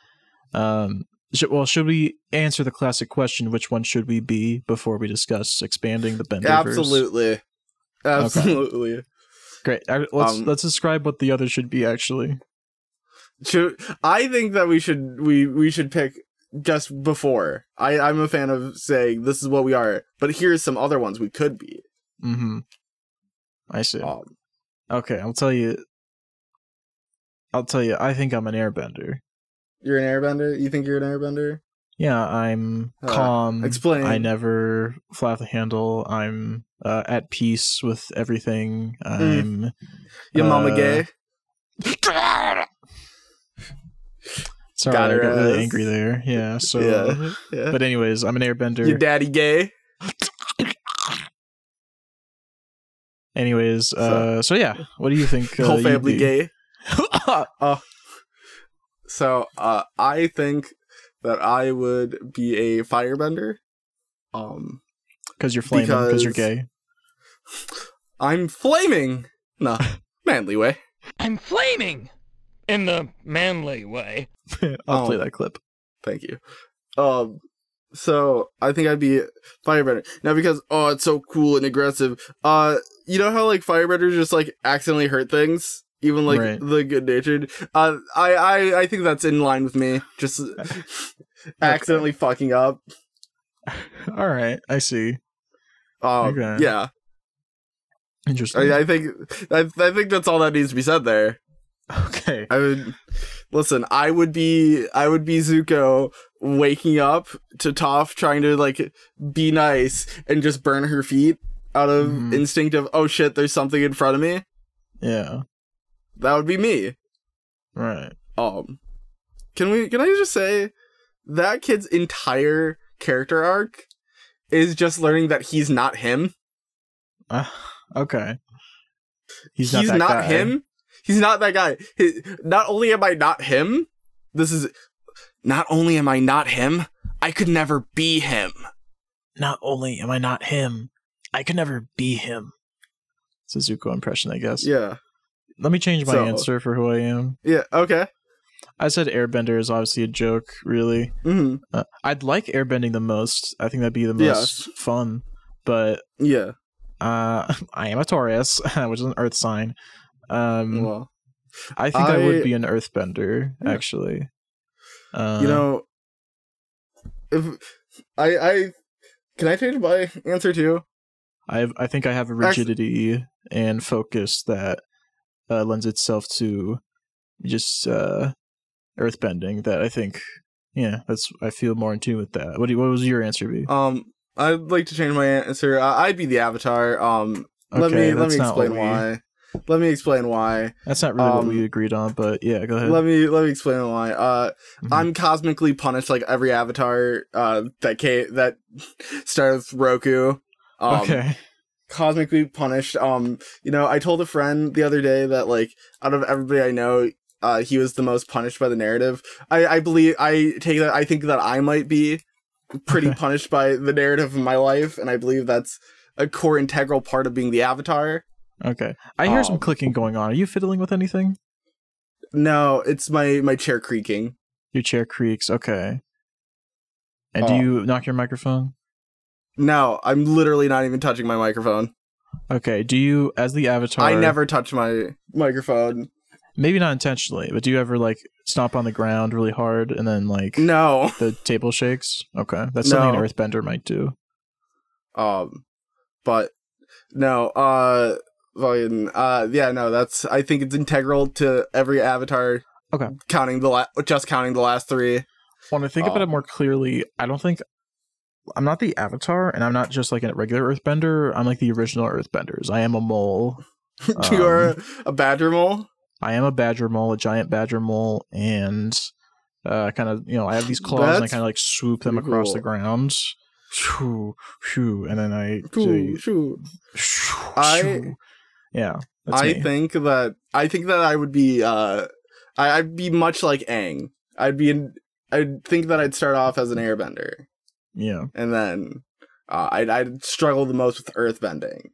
Speaker 1: Um, sh- well, should we answer the classic question, which one should we be, before we discuss expanding the benderverse?
Speaker 2: Absolutely. Absolutely.
Speaker 1: Great. I- Let's
Speaker 2: Um,
Speaker 1: let's describe what the other should be actually.
Speaker 2: Should, I think that we should we we should pick just before. I I'm a fan of saying this is what we are, but here's some other ones we could be.
Speaker 1: Mm-hmm. I see.
Speaker 2: Um,
Speaker 1: Okay, I'll tell you. I'll tell you. I think I'm an airbender.
Speaker 2: you're an airbender? You think you're an airbender?
Speaker 1: Yeah, I'm
Speaker 2: Uh,
Speaker 1: calm.
Speaker 2: explain.
Speaker 1: I never flap the handle. I'm uh, at peace with everything.
Speaker 2: Mm.
Speaker 1: I'm.
Speaker 2: Your mama
Speaker 1: Uh,
Speaker 2: gay?
Speaker 1: Sorry,
Speaker 2: Got
Speaker 1: I
Speaker 2: her
Speaker 1: got really
Speaker 2: ass.
Speaker 1: angry there. Yeah. So,
Speaker 2: Yeah. Yeah.
Speaker 1: but anyways, I'm an airbender.
Speaker 2: Your daddy gay?
Speaker 1: anyways, uh, so yeah, what do you think? Uh,
Speaker 2: Whole
Speaker 1: you'd
Speaker 2: family
Speaker 1: be?
Speaker 2: gay? Uh, So uh, I think that I would be a firebender. Um,
Speaker 1: Because you're flaming. Because you're
Speaker 2: Because-
Speaker 1: gay.
Speaker 2: I'm flaming. No, manly way.
Speaker 5: I'm flaming in the manly way.
Speaker 1: I'll play
Speaker 2: Oh.
Speaker 1: that clip.
Speaker 2: Thank you. Um, so I think I'd be firebender now because oh, it's so cool and aggressive. Uh, you know how like firebenders just like accidentally hurt things, even like
Speaker 1: Right.
Speaker 2: the good natured. Uh, I I I think that's in line with me. Just accidentally fucking up.
Speaker 1: All right, I see.
Speaker 2: Um,
Speaker 1: Okay.
Speaker 2: yeah.
Speaker 1: Interesting.
Speaker 2: I, I think I, I think that's all that needs to be said there.
Speaker 1: okay.
Speaker 2: I would listen. I would be I would be Zuko waking up to Toph trying to like be nice and just burn her feet out of
Speaker 1: Mhm.
Speaker 2: instinct of oh shit, there's something in front of me.
Speaker 1: Yeah.
Speaker 2: That would be me.
Speaker 1: Right.
Speaker 2: Um, can we? Can I just say that kid's entire character arc is just learning that he's not him.
Speaker 1: Uh, okay.
Speaker 2: He's not,
Speaker 1: that guy.
Speaker 2: him. He's not that guy. He- not only am I not him, this is. Not only am I not him, I could never be him.
Speaker 1: not only am I not him, I can never be him. It's a Zuko impression, I guess.
Speaker 2: Yeah.
Speaker 1: Let me change my
Speaker 2: So-
Speaker 1: answer for who I am.
Speaker 2: Yeah. Okay.
Speaker 1: I said airbender is obviously a joke, really.
Speaker 2: hmm
Speaker 1: Uh, I'd like airbending the most. I think that'd be the
Speaker 2: Yes.
Speaker 1: most fun. But
Speaker 2: Yeah.
Speaker 1: uh, I am a Taurus, which is an earth sign. Um,
Speaker 2: Well,
Speaker 1: I think I, would
Speaker 2: I-
Speaker 1: be an earthbender,
Speaker 2: Yeah.
Speaker 1: actually. Uh,
Speaker 2: you know, if I I can I change my answer too?
Speaker 1: I have, I think I have a
Speaker 2: Actu-
Speaker 1: rigidity and focus that uh, lends itself to just uh, earthbending. That I think, yeah, that's I feel more in tune with that. What do you, what was your answer be?
Speaker 2: Um, I'd like to change my answer. I, I'd be the avatar. Um, let me let me
Speaker 1: that's not what
Speaker 2: explain
Speaker 1: we-
Speaker 2: why. Let me explain why.
Speaker 1: That's not really what we
Speaker 2: Um,
Speaker 1: agreed on, but yeah, go ahead.
Speaker 2: Let me let me explain why. Uh,
Speaker 1: Mhm.
Speaker 2: I'm cosmically punished like every avatar. Uh, that ca that starts with Roku. Um,
Speaker 1: okay,
Speaker 2: cosmically punished. Um, you know, I told a friend the other day that like out of everybody I know, uh, he was the most punished by the narrative. I, I believe I take that I think that I might be pretty
Speaker 1: Okay.
Speaker 2: punished by the narrative of my life, and I believe that's a core integral part of being the avatar.
Speaker 1: okay. I hear some
Speaker 2: um,
Speaker 1: clicking going on. Are you fiddling with anything?
Speaker 2: No, it's my my chair creaking.
Speaker 1: Your chair creaks. Okay. And do
Speaker 2: um,
Speaker 1: you knock your microphone?
Speaker 2: No, I'm literally not even touching my microphone.
Speaker 1: Okay. Do you, as the avatar,
Speaker 2: I never touch my microphone.
Speaker 1: maybe not intentionally, but do you ever like stomp on the ground really hard and then like
Speaker 2: No.
Speaker 1: the table shakes? Okay, that's
Speaker 2: No.
Speaker 1: something an earthbender might do.
Speaker 2: Um, but no, uh, fucking, uh, yeah, no, that's, I think it's integral to every avatar.
Speaker 1: Okay.
Speaker 2: Counting the, la- just counting the last three.
Speaker 1: When I think about it
Speaker 2: Um,
Speaker 1: more clearly, I don't think I'm not the Avatar, and I'm not just like a regular Earthbender. I'm like the original Earthbenders. I am a mole.
Speaker 2: You're
Speaker 1: Um,
Speaker 2: a badger mole?
Speaker 1: I am a badger mole, a giant badger mole, and uh, kind of you know I have these claws and I
Speaker 2: That's
Speaker 1: kind of like swoop them
Speaker 2: pretty
Speaker 1: across
Speaker 2: cool.
Speaker 1: the ground. Shoo, shoo, and then I
Speaker 2: Cool,
Speaker 1: say,
Speaker 2: shoot.
Speaker 1: shoo,
Speaker 2: I-
Speaker 1: shoo. yeah. That's
Speaker 2: I
Speaker 1: me.
Speaker 2: think that I think that I would be uh I, I'd be much like Aang. I'd be in I'd think that I'd start off as an airbender
Speaker 1: yeah,
Speaker 2: and then uh, I'd, I'd struggle the most with earthbending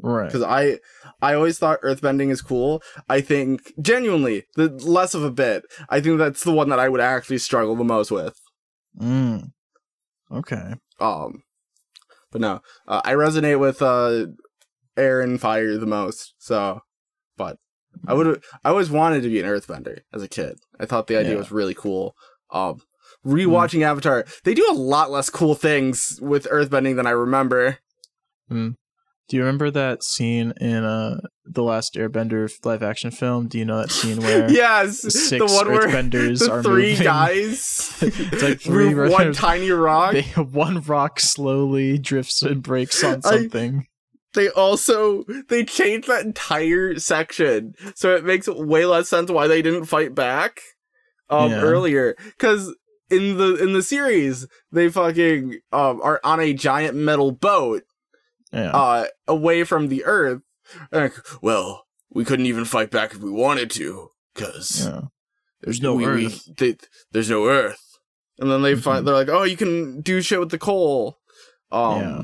Speaker 1: right.
Speaker 2: because I I always thought earthbending is cool. I think genuinely the less of a bit. I think that's the one that I would actually struggle the most with.
Speaker 1: Mm. Okay.
Speaker 2: Um, but no, uh, I resonate with uh, air and fire the most. So, but I would I always wanted to be an earthbender as a kid. I thought the idea
Speaker 1: Yeah. Hmm.
Speaker 2: was really cool. Um, rewatching Avatar, they do a lot less cool things with earthbending than I remember.
Speaker 1: Do you remember that scene in uh the last Airbender live action film? Do you know that scene where
Speaker 2: yes,
Speaker 1: the
Speaker 2: the
Speaker 1: six
Speaker 2: one where
Speaker 1: Earthbenders
Speaker 2: the
Speaker 1: are
Speaker 2: three
Speaker 1: moving?
Speaker 2: guys
Speaker 1: It's like three
Speaker 2: move one
Speaker 1: Earthbenders.
Speaker 2: tiny rock.
Speaker 1: They, one rock slowly drifts and breaks on
Speaker 2: I-
Speaker 1: something.
Speaker 2: they also they changed that entire section so it makes way less sense why they didn't fight back um
Speaker 1: Yeah.
Speaker 2: earlier because in the in the series they fucking um are on a giant metal boat
Speaker 1: yeah.
Speaker 2: uh away from the earth And like, well we couldn't even fight back if we wanted to because
Speaker 1: yeah. There's no Earth.
Speaker 2: they, there's no earth and then they
Speaker 1: Mhm.
Speaker 2: find they're like oh you can do shit with the coal um
Speaker 1: Yeah.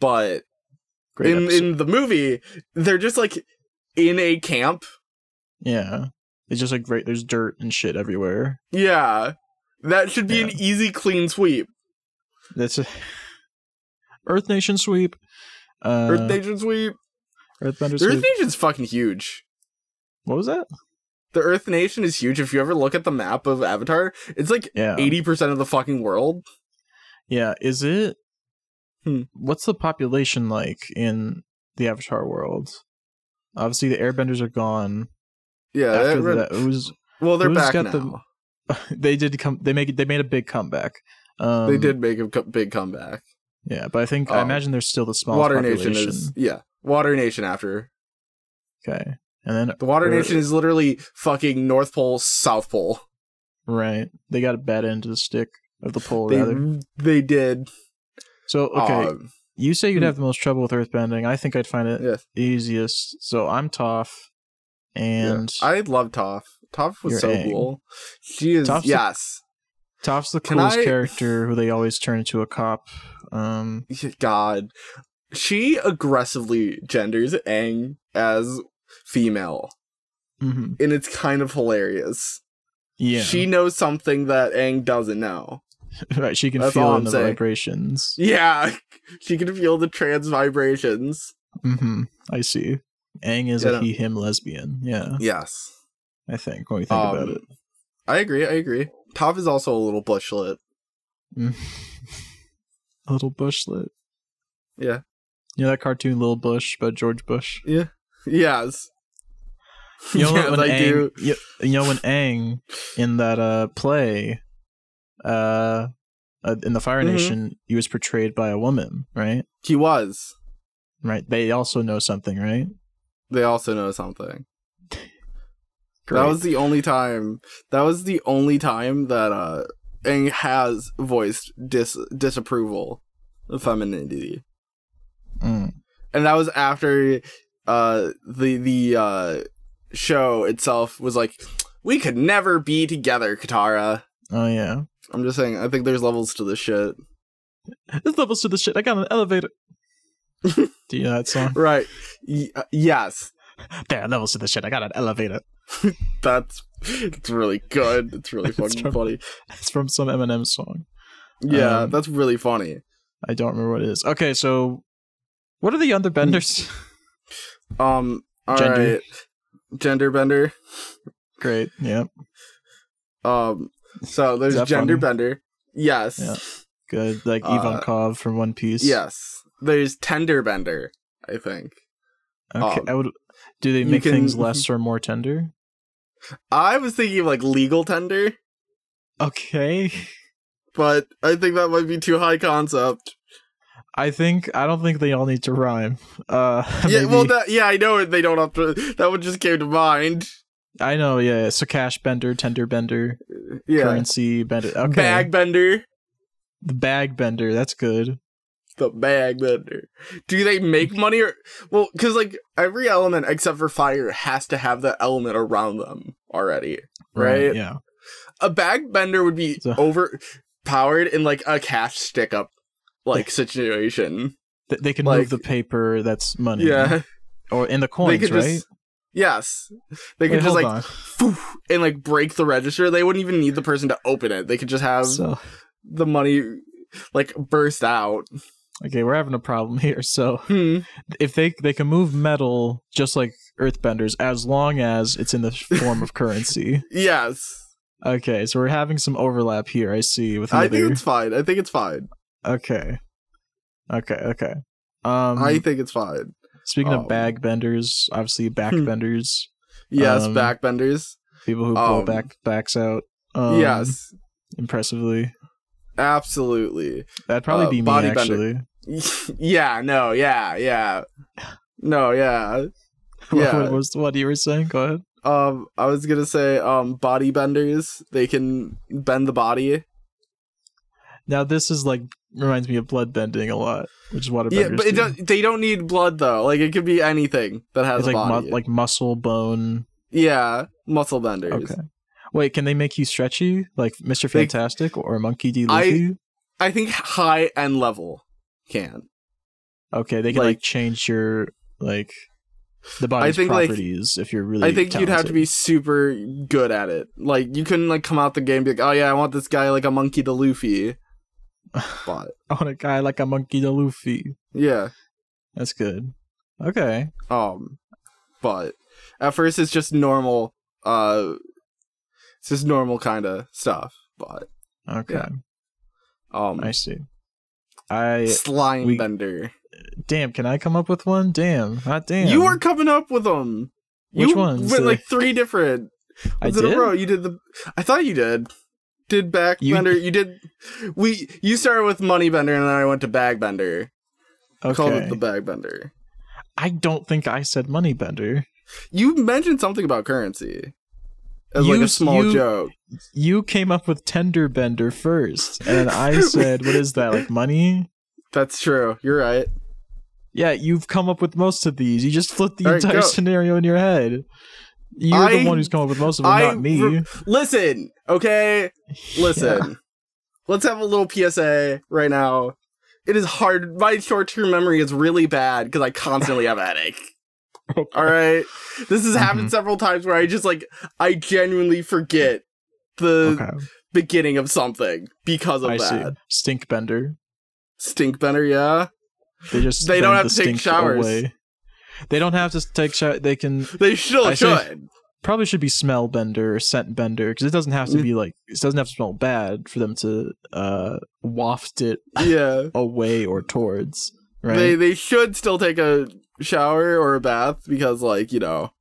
Speaker 2: but
Speaker 1: Great
Speaker 2: in
Speaker 1: episode.
Speaker 2: in the movie, they're just like in a camp.
Speaker 1: yeah. It's just like right. There's dirt and shit everywhere.
Speaker 2: Yeah, that should be an
Speaker 1: Yeah.
Speaker 2: easy, clean sweep.
Speaker 1: That's a- Earth Nation sweep. Uh,
Speaker 2: Earth Nation sweep.
Speaker 1: Earthbender
Speaker 2: The Earth
Speaker 1: sweep.
Speaker 2: Nation's fucking huge.
Speaker 1: what was that?
Speaker 2: The Earth Nation is huge. If you ever look at the map of Avatar, it's like
Speaker 1: Yeah.
Speaker 2: eighty percent of the fucking world.
Speaker 1: Yeah, is it?
Speaker 2: Hmm.
Speaker 1: What's the population like in the Avatar world? Obviously, the Airbenders are gone.
Speaker 2: Yeah,
Speaker 1: after
Speaker 2: that-
Speaker 1: that, it was
Speaker 2: well, they're
Speaker 1: who's
Speaker 2: back
Speaker 1: got
Speaker 2: now.
Speaker 1: the- they did come. They make they made a big comeback. Um,
Speaker 2: they did make a co- big comeback.
Speaker 1: yeah. But I think I
Speaker 2: um,
Speaker 1: imagine they're still the smallest
Speaker 2: Water
Speaker 1: population.
Speaker 2: Nation is yeah. Water Nation after
Speaker 1: okay, and then
Speaker 2: the Water
Speaker 1: Or-
Speaker 2: Nation is literally fucking North Pole, South Pole.
Speaker 1: right, they got a bad end to the stick of the pole
Speaker 2: They
Speaker 1: rather.
Speaker 2: they did
Speaker 1: So okay,
Speaker 2: um,
Speaker 1: you say you'd
Speaker 2: hmm.
Speaker 1: have the most trouble with earthbending. I think I'd find it
Speaker 2: yes.
Speaker 1: easiest. So I'm Toph,
Speaker 2: Yeah.
Speaker 1: and
Speaker 2: I love Toph. Toph was
Speaker 1: Your
Speaker 2: so
Speaker 1: egg.
Speaker 2: cool. She is
Speaker 1: Toph's a-
Speaker 2: yes.
Speaker 1: Toph's the
Speaker 2: Can
Speaker 1: coolest
Speaker 2: I-
Speaker 1: character who they always turn into a cop. Um,
Speaker 2: God, she aggressively genders Aang as female,
Speaker 1: mhm.
Speaker 2: and it's kind of hilarious.
Speaker 1: Yeah,
Speaker 2: Mm-hmm. She knows something that Aang doesn't know.
Speaker 1: right. She can
Speaker 2: that's all
Speaker 1: feel
Speaker 2: I'm
Speaker 1: in the
Speaker 2: saying.
Speaker 1: vibrations.
Speaker 2: Yeah, she can feel the trans vibrations.
Speaker 1: hmm I see. Aang is
Speaker 2: Yeah,
Speaker 1: a
Speaker 2: no.
Speaker 1: he/him lesbian. Yeah,
Speaker 2: Yes,
Speaker 1: I think when we think about
Speaker 2: Um,
Speaker 1: it.
Speaker 2: I agree. I agree. Toph is also a little bushlet.
Speaker 1: Mm. Little Bushlet.
Speaker 2: Yeah.
Speaker 1: You know that cartoon Little Bush by George Bush?
Speaker 2: Yes.
Speaker 1: You know
Speaker 2: yes,
Speaker 1: when
Speaker 2: I
Speaker 1: Aang,
Speaker 2: do.
Speaker 1: You, you know when Aang in that uh play uh uh, in the Fire
Speaker 2: Mhm.
Speaker 1: Nation, he was portrayed by a woman, right?
Speaker 2: He was.
Speaker 1: right? They also know something, right?
Speaker 2: They also know something. That was the only time. That was the only time that uh Aang has voiced dis disapproval of femininity,
Speaker 1: Mm.
Speaker 2: and that was after uh the the uh show itself was like, we could never be together, Katara.
Speaker 1: Oh yeah,
Speaker 2: I'm just saying. I think there's levels to this shit,
Speaker 1: this levels to the shit. I got an elevator. Do you know that song?
Speaker 2: right? Y- uh, yes,
Speaker 1: There are levels to the shit. I got an elevator.
Speaker 2: that's it's really good. It's really
Speaker 1: It's
Speaker 2: fucking
Speaker 1: from-
Speaker 2: funny.
Speaker 1: It's from some Eminem song.
Speaker 2: Yeah,
Speaker 1: um,
Speaker 2: that's really funny.
Speaker 1: I don't remember what it is. Okay, so what are the other benders?
Speaker 2: Hmm. Um, all right,
Speaker 1: Gender.
Speaker 2: gender bender.
Speaker 1: Great. Yep.
Speaker 2: Um, so there's
Speaker 1: that
Speaker 2: gender
Speaker 1: funny?
Speaker 2: bender. Yes.
Speaker 1: Yeah. uh, like
Speaker 2: Uh,
Speaker 1: Ivankov from One Piece.
Speaker 2: Yes. There's Tenderbender, I think.
Speaker 1: Okay.
Speaker 2: um,
Speaker 1: I would. Do they
Speaker 2: you
Speaker 1: make things
Speaker 2: can-
Speaker 1: less or more tender?
Speaker 2: I was thinking of like legal tender,
Speaker 1: Okay.
Speaker 2: but I think that might be too high concept.
Speaker 1: I think I don't think they all need to rhyme. Uh,
Speaker 2: yeah,
Speaker 1: maybe-
Speaker 2: well, that, yeah, I know they don't have to. That one just came to mind.
Speaker 1: I know. Yeah, yeah. So cash bender, tender bender,
Speaker 2: Yeah,
Speaker 1: currency bender. Okay.
Speaker 2: bag bender,
Speaker 1: The bag bender. That's good.
Speaker 2: the bag bender. Do they make
Speaker 1: Mm-hmm.
Speaker 2: money or well? Because like every element except for fire has to have that element around them already, right?
Speaker 1: Yeah.
Speaker 2: A bag bender would be
Speaker 1: So-
Speaker 2: overpowered in like a cash stick up like situation.
Speaker 1: Th- they can
Speaker 2: Like-
Speaker 1: move the paper. That's money.
Speaker 2: Yeah.
Speaker 1: Or in the coins,
Speaker 2: could
Speaker 1: right?
Speaker 2: just- Yes. They could
Speaker 1: Wait,
Speaker 2: just
Speaker 1: hold
Speaker 2: like
Speaker 1: on.
Speaker 2: poof, and like break the register. They wouldn't even need the person to open it. They could just have
Speaker 1: So
Speaker 2: the money like burst out.
Speaker 1: okay, we're having a problem here. So
Speaker 2: Hmm.
Speaker 1: if they they can move metal just like earthbenders as long as it's in the form of currency.
Speaker 2: Yes.
Speaker 1: Okay, so we're having some overlap here. I see with
Speaker 2: I think
Speaker 1: another.
Speaker 2: it's fine. I think it's fine.
Speaker 1: Okay. Okay, okay. Um
Speaker 2: I think it's fine.
Speaker 1: speaking
Speaker 2: um,
Speaker 1: of bag benders, obviously back
Speaker 2: Hmm.
Speaker 1: benders,
Speaker 2: Yes,
Speaker 1: Um,
Speaker 2: backbenders.
Speaker 1: people who blow
Speaker 2: Um,
Speaker 1: back backs out. Um,
Speaker 2: yes.
Speaker 1: impressively.
Speaker 2: Absolutely.
Speaker 1: That'd probably
Speaker 2: uh,
Speaker 1: be me
Speaker 2: body bender.
Speaker 1: actually.
Speaker 2: yeah, no, yeah, yeah. No, yeah.
Speaker 1: What-
Speaker 2: Yeah.
Speaker 1: what was what you were saying? Go ahead.
Speaker 2: Um I was gonna say um body benders. They can bend the body.
Speaker 1: Now this is like reminds me of blood bending a lot, which is what
Speaker 2: Yeah, but it
Speaker 1: do.
Speaker 2: don't, they don't need blood though. Like it could be anything that has
Speaker 1: It's
Speaker 2: a
Speaker 1: like
Speaker 2: body.
Speaker 1: mu- like muscle bone.
Speaker 2: yeah, muscle benders.
Speaker 1: Okay. Wait, can they make you stretchy like Mr. Fantastic or Monkey D.
Speaker 2: I-
Speaker 1: Luffy?
Speaker 2: I think high end level can.
Speaker 1: okay, they can like,
Speaker 2: like-
Speaker 1: change your like the body's
Speaker 2: think, like-
Speaker 1: properties if you're really.
Speaker 2: I think you'd have to
Speaker 1: talented.
Speaker 2: be super good at it. Like you couldn't like come out the game and be like, oh yeah, I want this guy like a monkey to Luffy. But
Speaker 1: I want a guy like a Monkey D. Luffy.
Speaker 2: yeah,
Speaker 1: That's good. Okay.
Speaker 2: um, but at first it's just normal. Uh, it's just normal kind of stuff. But
Speaker 1: Okay.
Speaker 2: Yeah. um,
Speaker 1: I see. I
Speaker 2: slime
Speaker 1: we-
Speaker 2: bender.
Speaker 1: damn. Can I come up with one? Damn. Hot damn.
Speaker 2: You were coming up with them.
Speaker 1: Which
Speaker 2: you
Speaker 1: ones?
Speaker 2: Went
Speaker 1: Uh,
Speaker 2: like three different.
Speaker 1: I
Speaker 2: ones in
Speaker 1: did?
Speaker 2: a row. You did the. I thought you did. Did
Speaker 1: You-
Speaker 2: backbender? You, did. We you started with money bender and then I went to bag bender. I
Speaker 1: okay.
Speaker 2: Called it the bag bender.
Speaker 1: I don't think I said money bender.
Speaker 2: You mentioned something about currency as like
Speaker 1: You
Speaker 2: a
Speaker 1: s-
Speaker 2: small
Speaker 1: you-
Speaker 2: joke.
Speaker 1: You came up with tender bender first, and I said, "What is that? Like money?"
Speaker 2: That's true. You're right.
Speaker 1: Yeah, you've come up with most of these. You just flipped the
Speaker 2: All right,
Speaker 1: entire
Speaker 2: go.
Speaker 1: scenario in your head. You're
Speaker 2: I-
Speaker 1: the one who's come up with most of them,
Speaker 2: I
Speaker 1: not me.
Speaker 2: re- Listen, okay. Listen.
Speaker 1: Yeah.
Speaker 2: Let's have a little PSA right now. It is hard. My short term memory is really bad because I constantly have a headache. All right. This has
Speaker 1: Mm-hmm.
Speaker 2: happened several times where I just like, I genuinely forget the
Speaker 1: Okay,
Speaker 2: beginning of something because of
Speaker 1: I see.
Speaker 2: that.
Speaker 1: Stink bender.
Speaker 2: Stink Stinkbender, yeah.
Speaker 1: They just
Speaker 2: They don't have
Speaker 1: bend the
Speaker 2: to take
Speaker 1: stink
Speaker 2: showers.
Speaker 1: Away. They don't have to take shower. They can
Speaker 2: They still
Speaker 1: I see.
Speaker 2: should.
Speaker 1: probably should be smell bender or scent bender because it doesn't have
Speaker 2: Mm.
Speaker 1: to be like it doesn't have to smell bad for them to uh waft it
Speaker 2: Yeah.
Speaker 1: away or towards. Right.
Speaker 2: They they should still take a shower or a bath because like, you know,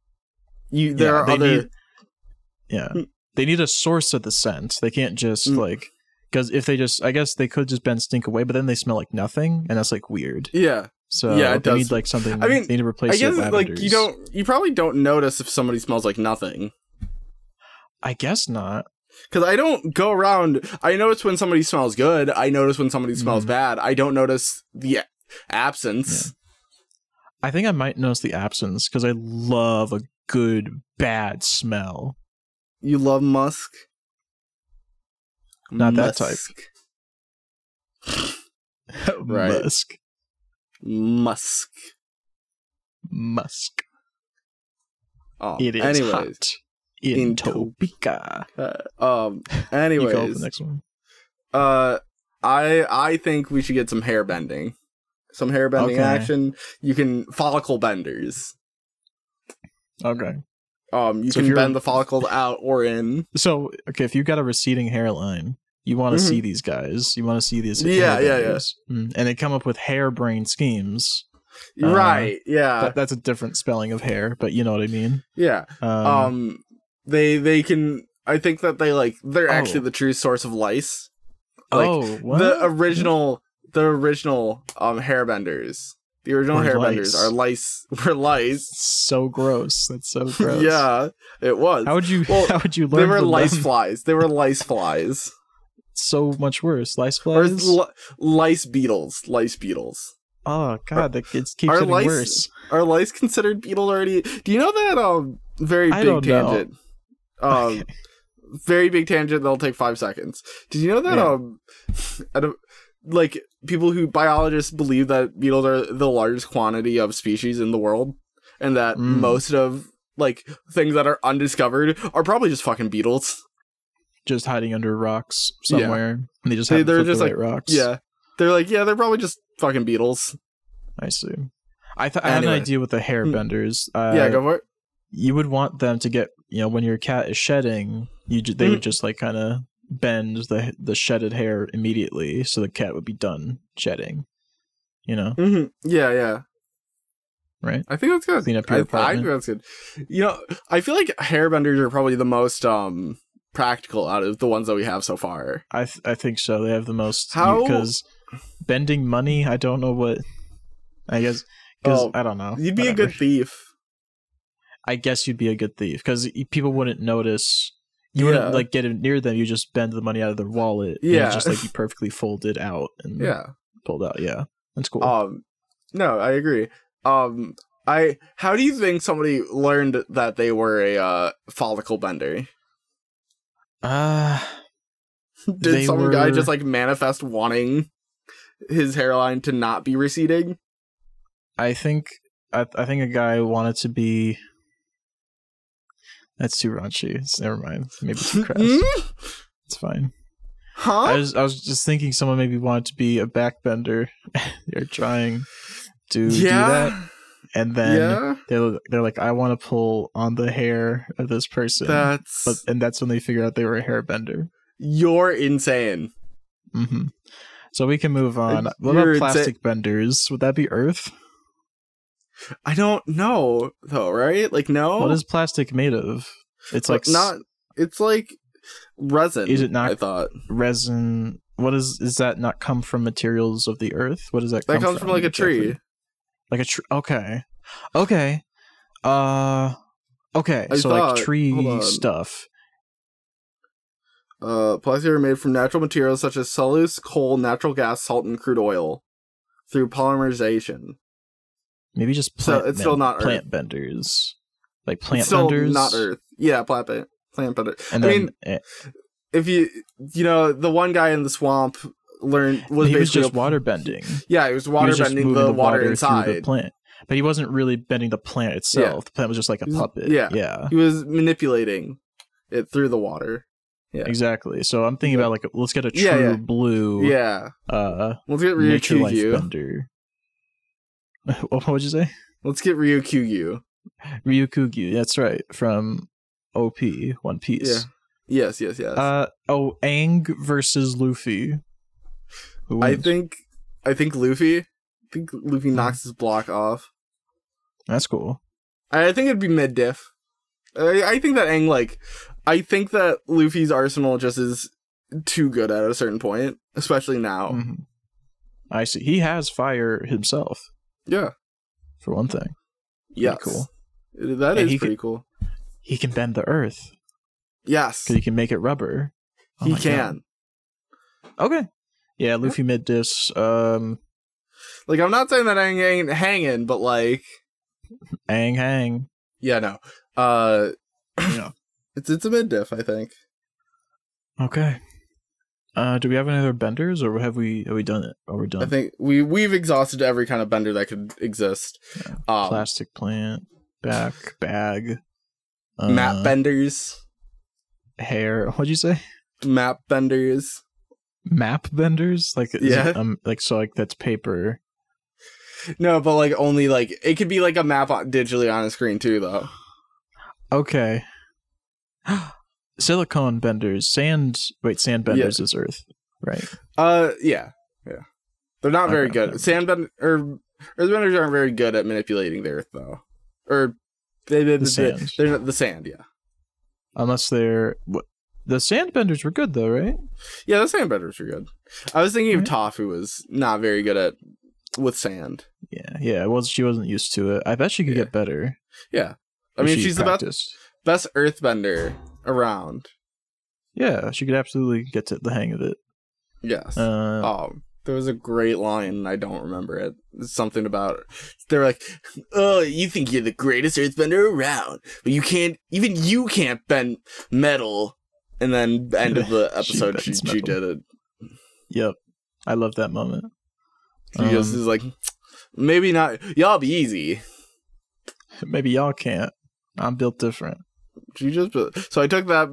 Speaker 2: you there
Speaker 1: Yeah,
Speaker 2: are
Speaker 1: they
Speaker 2: other
Speaker 1: need- Yeah. They need a source of the scent. They can't just
Speaker 2: Mm.
Speaker 1: like because if they just I guess they could just bend stink away, but then they smell like nothing, and that's like weird.
Speaker 2: Yeah.
Speaker 1: So
Speaker 2: Yeah,
Speaker 1: yeah,
Speaker 2: it
Speaker 1: they
Speaker 2: does.
Speaker 1: need like something.
Speaker 2: I mean,
Speaker 1: they need to replace
Speaker 2: I guess
Speaker 1: it with
Speaker 2: like you
Speaker 1: lavenders.
Speaker 2: don't you probably don't notice if somebody smells like nothing
Speaker 1: I guess not.
Speaker 2: because I don't go around. I notice when somebody smells good. I notice when somebody smells
Speaker 1: Mhm.
Speaker 2: bad. I don't notice the a- absence.
Speaker 1: I think I might notice the absence because I love a good bad smell.
Speaker 2: You love musk.
Speaker 1: Not that type.
Speaker 2: Right.
Speaker 1: Musk.
Speaker 2: Musk.
Speaker 1: Musk.
Speaker 2: Oh,
Speaker 1: It is
Speaker 2: anyways,
Speaker 1: hot in,
Speaker 2: in
Speaker 1: Topeka.
Speaker 2: Uh, um.
Speaker 1: You go with
Speaker 2: Anyways,
Speaker 1: the next one.
Speaker 2: uh, I I think we should get some hair bending, some hair bending
Speaker 1: Okay.
Speaker 2: action. You can follicle benders.
Speaker 1: Okay.
Speaker 2: Um, you
Speaker 1: So if
Speaker 2: can
Speaker 1: you're-
Speaker 2: bend the follicles out or in.
Speaker 1: So okay, if you got a receding hairline, You want to
Speaker 2: Mhm.
Speaker 1: see these guys. You want to see these.
Speaker 2: Yeah, yeah, yeah.
Speaker 1: hairbenders. Mm, And they come up with harebrained schemes. Uh,
Speaker 2: right. Yeah.
Speaker 1: That, that's a different spelling of hair, but you know what I mean.
Speaker 2: yeah.
Speaker 1: Um,
Speaker 2: Um they they can I think that they like they're
Speaker 1: Oh.
Speaker 2: actually the true source of lice. like,
Speaker 1: oh, what?
Speaker 2: The original the original um hairbenders. The original
Speaker 1: Were
Speaker 2: hairbenders
Speaker 1: lice.
Speaker 2: are lice were lice.
Speaker 1: so gross. That's so gross.
Speaker 2: yeah. It was.
Speaker 1: How would you?
Speaker 2: Well,
Speaker 1: how would you learn?
Speaker 2: they were
Speaker 1: from
Speaker 2: lice
Speaker 1: them?
Speaker 2: flies. They were lice flies.
Speaker 1: So much worse. Lice
Speaker 2: Or
Speaker 1: flies.
Speaker 2: li- lice beetles. Lice beetles.
Speaker 1: oh God, that gets keeps
Speaker 2: are
Speaker 1: getting
Speaker 2: lice-
Speaker 1: worse.
Speaker 2: Are lice considered beetle already? Do you know that um very
Speaker 1: I
Speaker 2: big
Speaker 1: don't know.
Speaker 2: tangent? Um
Speaker 1: Okay.
Speaker 2: very big tangent that'll take five seconds. Did you know that
Speaker 1: Yeah.
Speaker 2: um I don't, like people who biologists believe that beetles are the largest quantity of species in the world and that
Speaker 1: Mm.
Speaker 2: most of like things that are undiscovered are probably just fucking beetles.
Speaker 1: Just hiding under rocks
Speaker 2: Yeah.
Speaker 1: somewhere. And they just
Speaker 2: They-
Speaker 1: have
Speaker 2: they're
Speaker 1: the
Speaker 2: just
Speaker 1: right rocks.
Speaker 2: Yeah. They're like, yeah, they're probably just fucking beetles.
Speaker 1: I see. I th- I had an
Speaker 2: Anyway. Hmm.
Speaker 1: idea with the hairbenders. Uh,
Speaker 2: yeah, go for it.
Speaker 1: you would want them to get you know when your cat is shedding you ju- they would
Speaker 2: Mm.
Speaker 1: just like kind of bend the the shedded hair immediately so the cat would be done shedding you know
Speaker 2: hmm Yeah, yeah.
Speaker 1: Right?
Speaker 2: I think that's good.
Speaker 1: Clean up your
Speaker 2: I, I
Speaker 1: apartment.
Speaker 2: think that's good. You know, I feel like hairbenders are probably the most um practical out of the ones that we have so far.
Speaker 1: i th- i think so they have the most
Speaker 2: How-
Speaker 1: because bending money i don't know what i guess because
Speaker 2: Oh,
Speaker 1: i don't know
Speaker 2: You'd be a
Speaker 1: Whatever.
Speaker 2: good thief.
Speaker 1: i guess you'd be a good thief because people wouldn't notice you wouldn't
Speaker 2: Yeah.
Speaker 1: like get it near them you just bend the money out of their wallet and
Speaker 2: Yeah.
Speaker 1: it's just like be perfectly folded out and
Speaker 2: Yeah.
Speaker 1: pulled out yeah that's cool
Speaker 2: Um no, I agree. Um I how do you think somebody learned that they were a uh, follicle bender?
Speaker 1: uh
Speaker 2: Did
Speaker 1: They
Speaker 2: some guy
Speaker 1: were-
Speaker 2: just like manifest wanting his hairline to not be receding?
Speaker 1: I think I, I think a guy wanted to be. That's too raunchy. It's, never mind. Maybe too crass.
Speaker 2: Hmm?
Speaker 1: It's fine.
Speaker 2: Huh?
Speaker 1: I was I was just thinking someone maybe wanted to be a backbender. they're trying to do that, and then
Speaker 2: yeah.
Speaker 1: they're they're like, I want to pull on the hair of this person,
Speaker 2: That's
Speaker 1: but and that's when they figure out they were a hairbender.
Speaker 2: You're insane.
Speaker 1: hmm So we can move on. What
Speaker 2: You're
Speaker 1: about
Speaker 2: insa-
Speaker 1: plastic benders? Would that be Earth?
Speaker 2: I don't know though, right? Like no.
Speaker 1: What is plastic made of? It's like s-
Speaker 2: Oh. Uh, not it's like resin.
Speaker 1: Is it not-
Speaker 2: I thought.
Speaker 1: resin what is is that not come from materials of the earth what does that
Speaker 2: That
Speaker 1: come
Speaker 2: comes from like a tree.
Speaker 1: exactly? like a tree okay okay uh okay
Speaker 2: I
Speaker 1: so
Speaker 2: thought-
Speaker 1: like
Speaker 2: hold
Speaker 1: tree
Speaker 2: on.
Speaker 1: stuff
Speaker 2: Uh plastic are made from natural materials such as cellulose, coal, natural gas, salt, and crude oil through polymerization.
Speaker 1: maybe just
Speaker 2: So
Speaker 1: plant
Speaker 2: it's still not Earth.
Speaker 1: plant benders like
Speaker 2: It's
Speaker 1: plant
Speaker 2: Still
Speaker 1: benders
Speaker 2: not earth. Yeah, plant ben- plant bender.
Speaker 1: and
Speaker 2: I
Speaker 1: then
Speaker 2: mean,
Speaker 1: eh,
Speaker 2: if you you know, the one guy in the swamp learned was
Speaker 1: he was
Speaker 2: basically
Speaker 1: just
Speaker 2: a-
Speaker 1: water bending he
Speaker 2: Yeah, he was water
Speaker 1: was just
Speaker 2: bending
Speaker 1: moving
Speaker 2: the, water
Speaker 1: through the
Speaker 2: inside.
Speaker 1: plant but he wasn't really bending the plant itself the plant was just like a
Speaker 2: He's-
Speaker 1: puppet
Speaker 2: Mm, yeah.
Speaker 1: yeah
Speaker 2: He was manipulating it through the water. Yeah.
Speaker 1: exactly so i'm thinking about like let's get a true
Speaker 2: Yeah, yeah.
Speaker 1: blue
Speaker 2: Yeah.
Speaker 1: uh
Speaker 2: Let's get Ryu
Speaker 1: nature life
Speaker 2: Kyugyu.
Speaker 1: bender. what would you say?
Speaker 2: Let's get Ryu Kyugyu.
Speaker 1: Ryukugyu. That's right from OP One Piece.
Speaker 2: Yes, yes, yes.
Speaker 1: Uh oh, Aang versus Luffy. Who
Speaker 2: I
Speaker 1: wins? Mm.
Speaker 2: think I think Luffy. I think Luffy knocks his block off.
Speaker 1: that's cool.
Speaker 2: I, I think it'd be mid diff. I, I think that Aang like I think that Luffy's arsenal just is too good at a certain point, especially now.
Speaker 1: Mhm. I see. He has fire himself
Speaker 2: Yeah.
Speaker 1: for one thing.
Speaker 2: Yes.
Speaker 1: cool.
Speaker 2: It- That
Speaker 1: Yeah,
Speaker 2: is
Speaker 1: he
Speaker 2: pretty cool.
Speaker 1: He can bend the earth
Speaker 2: Yes.
Speaker 1: because he can make it rubber. Oh
Speaker 2: he
Speaker 1: my
Speaker 2: can.
Speaker 1: God. Okay. Yeah, Luffy mid dis. Um,
Speaker 2: Like I'm not saying that Aang ain't hanging, but like
Speaker 1: Aang Hang.
Speaker 2: yeah, no. Uh
Speaker 1: You know.
Speaker 2: it's it's a mid diff, I think.
Speaker 1: Okay. Uh, do we have any other benders, or have we have we done it? Are we done?
Speaker 2: I think we we've exhausted every kind of bender that could exist.
Speaker 1: Yeah.
Speaker 2: Um,
Speaker 1: plastic plant, back, bag, uh,
Speaker 2: map benders,
Speaker 1: hair. What'd you say?
Speaker 2: map benders.
Speaker 1: Map benders? Like, is
Speaker 2: Yeah.
Speaker 1: it, um, like so, like that's paper.
Speaker 2: No, but like only like it could be like a map on, digitally on a screen too, though.
Speaker 1: Okay. silicone benders, sand. Wait, sand
Speaker 2: Yeah.
Speaker 1: benders is Earth, right?
Speaker 2: Uh, yeah, yeah. They're not very
Speaker 1: Okay,
Speaker 2: good.
Speaker 1: okay.
Speaker 2: Sandbend or earthbenders aren't very good at manipulating the earth, though. Or they, they, they,
Speaker 1: The sand.
Speaker 2: they're not, the sand. Yeah,
Speaker 1: Unless they're what, the sand benders were good though, right?
Speaker 2: yeah. The sandbenders are good. I was thinking of
Speaker 1: Alright.
Speaker 2: Toph, who was not very good at with sand.
Speaker 1: Yeah, yeah. Well, she wasn't used to it. I bet she could
Speaker 2: Yeah.
Speaker 1: get better.
Speaker 2: Yeah, I
Speaker 1: if
Speaker 2: mean,
Speaker 1: she
Speaker 2: she's the
Speaker 1: practiced.
Speaker 2: best best earthbender around.
Speaker 1: Yeah, she could absolutely get to the hang of it.
Speaker 2: Yes.
Speaker 1: Uh,
Speaker 2: Oh, there was a great line, and I don't remember it. It's something about they're like, "Oh, you think you're the greatest earthbender around, but you can't. Even you can't bend metal." And then end of the
Speaker 1: She
Speaker 2: episode, she,
Speaker 1: bends
Speaker 2: she
Speaker 1: metal.
Speaker 2: did it.
Speaker 1: Yep, I love that moment.
Speaker 2: She just
Speaker 1: Um,
Speaker 2: is like, maybe not. Y'all be easy.
Speaker 1: Maybe y'all can't. I'm built different.
Speaker 2: She just so I took that.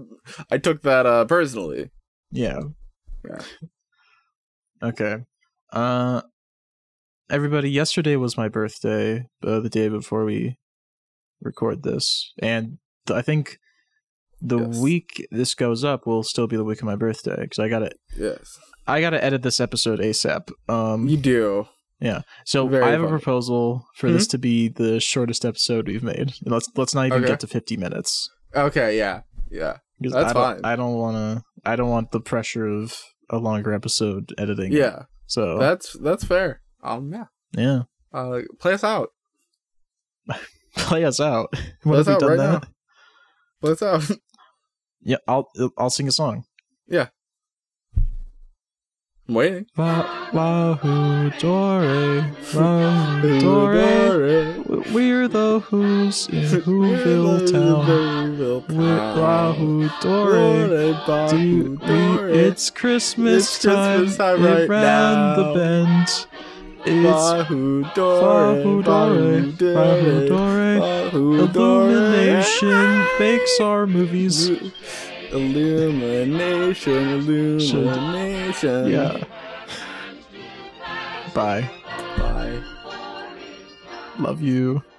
Speaker 2: I took that uh personally.
Speaker 1: Yeah.
Speaker 2: Yeah.
Speaker 1: Okay. Uh everybody, yesterday was my birthday, uh, the day before we record this. And th- I think the
Speaker 2: Yes.
Speaker 1: week this goes up will still be the week of my birthday cuz I got to
Speaker 2: Yes,
Speaker 1: I got to edit this episode ASAP. Um
Speaker 2: you do.
Speaker 1: so
Speaker 2: very
Speaker 1: I have a
Speaker 2: funny.
Speaker 1: proposal for this to be the shortest episode we've made. And let's let's not even
Speaker 2: Okay.
Speaker 1: get to 50 minutes.
Speaker 2: Okay, yeah, yeah.
Speaker 1: 'Cause
Speaker 2: That's
Speaker 1: I don't,
Speaker 2: fine.
Speaker 1: I don't want to I don't want the pressure of a longer episode editing.
Speaker 2: Yeah,
Speaker 1: So
Speaker 2: that's that's fair. Um, yeah.
Speaker 1: yeah,
Speaker 2: Uh, play us out.
Speaker 1: play us out.
Speaker 2: Play
Speaker 1: What
Speaker 2: us
Speaker 1: have we
Speaker 2: out
Speaker 1: done
Speaker 2: right
Speaker 1: that?
Speaker 2: now. Play us out.
Speaker 1: Yeah, I'll I'll sing a song.
Speaker 2: I'm waiting.
Speaker 1: La la who dore la who dore.
Speaker 2: Dore.
Speaker 1: We're the who's in Whoville town.
Speaker 2: Whoville
Speaker 1: We're la
Speaker 2: Town.
Speaker 1: who dore.
Speaker 2: Dore,
Speaker 1: Do
Speaker 2: Dore.
Speaker 1: we? It's Christmas
Speaker 2: It's Christmas time
Speaker 1: time.
Speaker 2: right
Speaker 1: Around
Speaker 2: now.
Speaker 1: the bend. It's
Speaker 2: Bahu
Speaker 1: la who
Speaker 2: Dore.
Speaker 1: dore
Speaker 2: Bahu
Speaker 1: la who
Speaker 2: Dore.
Speaker 1: dore.
Speaker 2: Bahu Dore.
Speaker 1: Illumination makes our movies.
Speaker 2: Illumination.
Speaker 1: Should-
Speaker 2: Illumination.
Speaker 1: Yeah. Bye.
Speaker 2: Bye.
Speaker 1: Love you.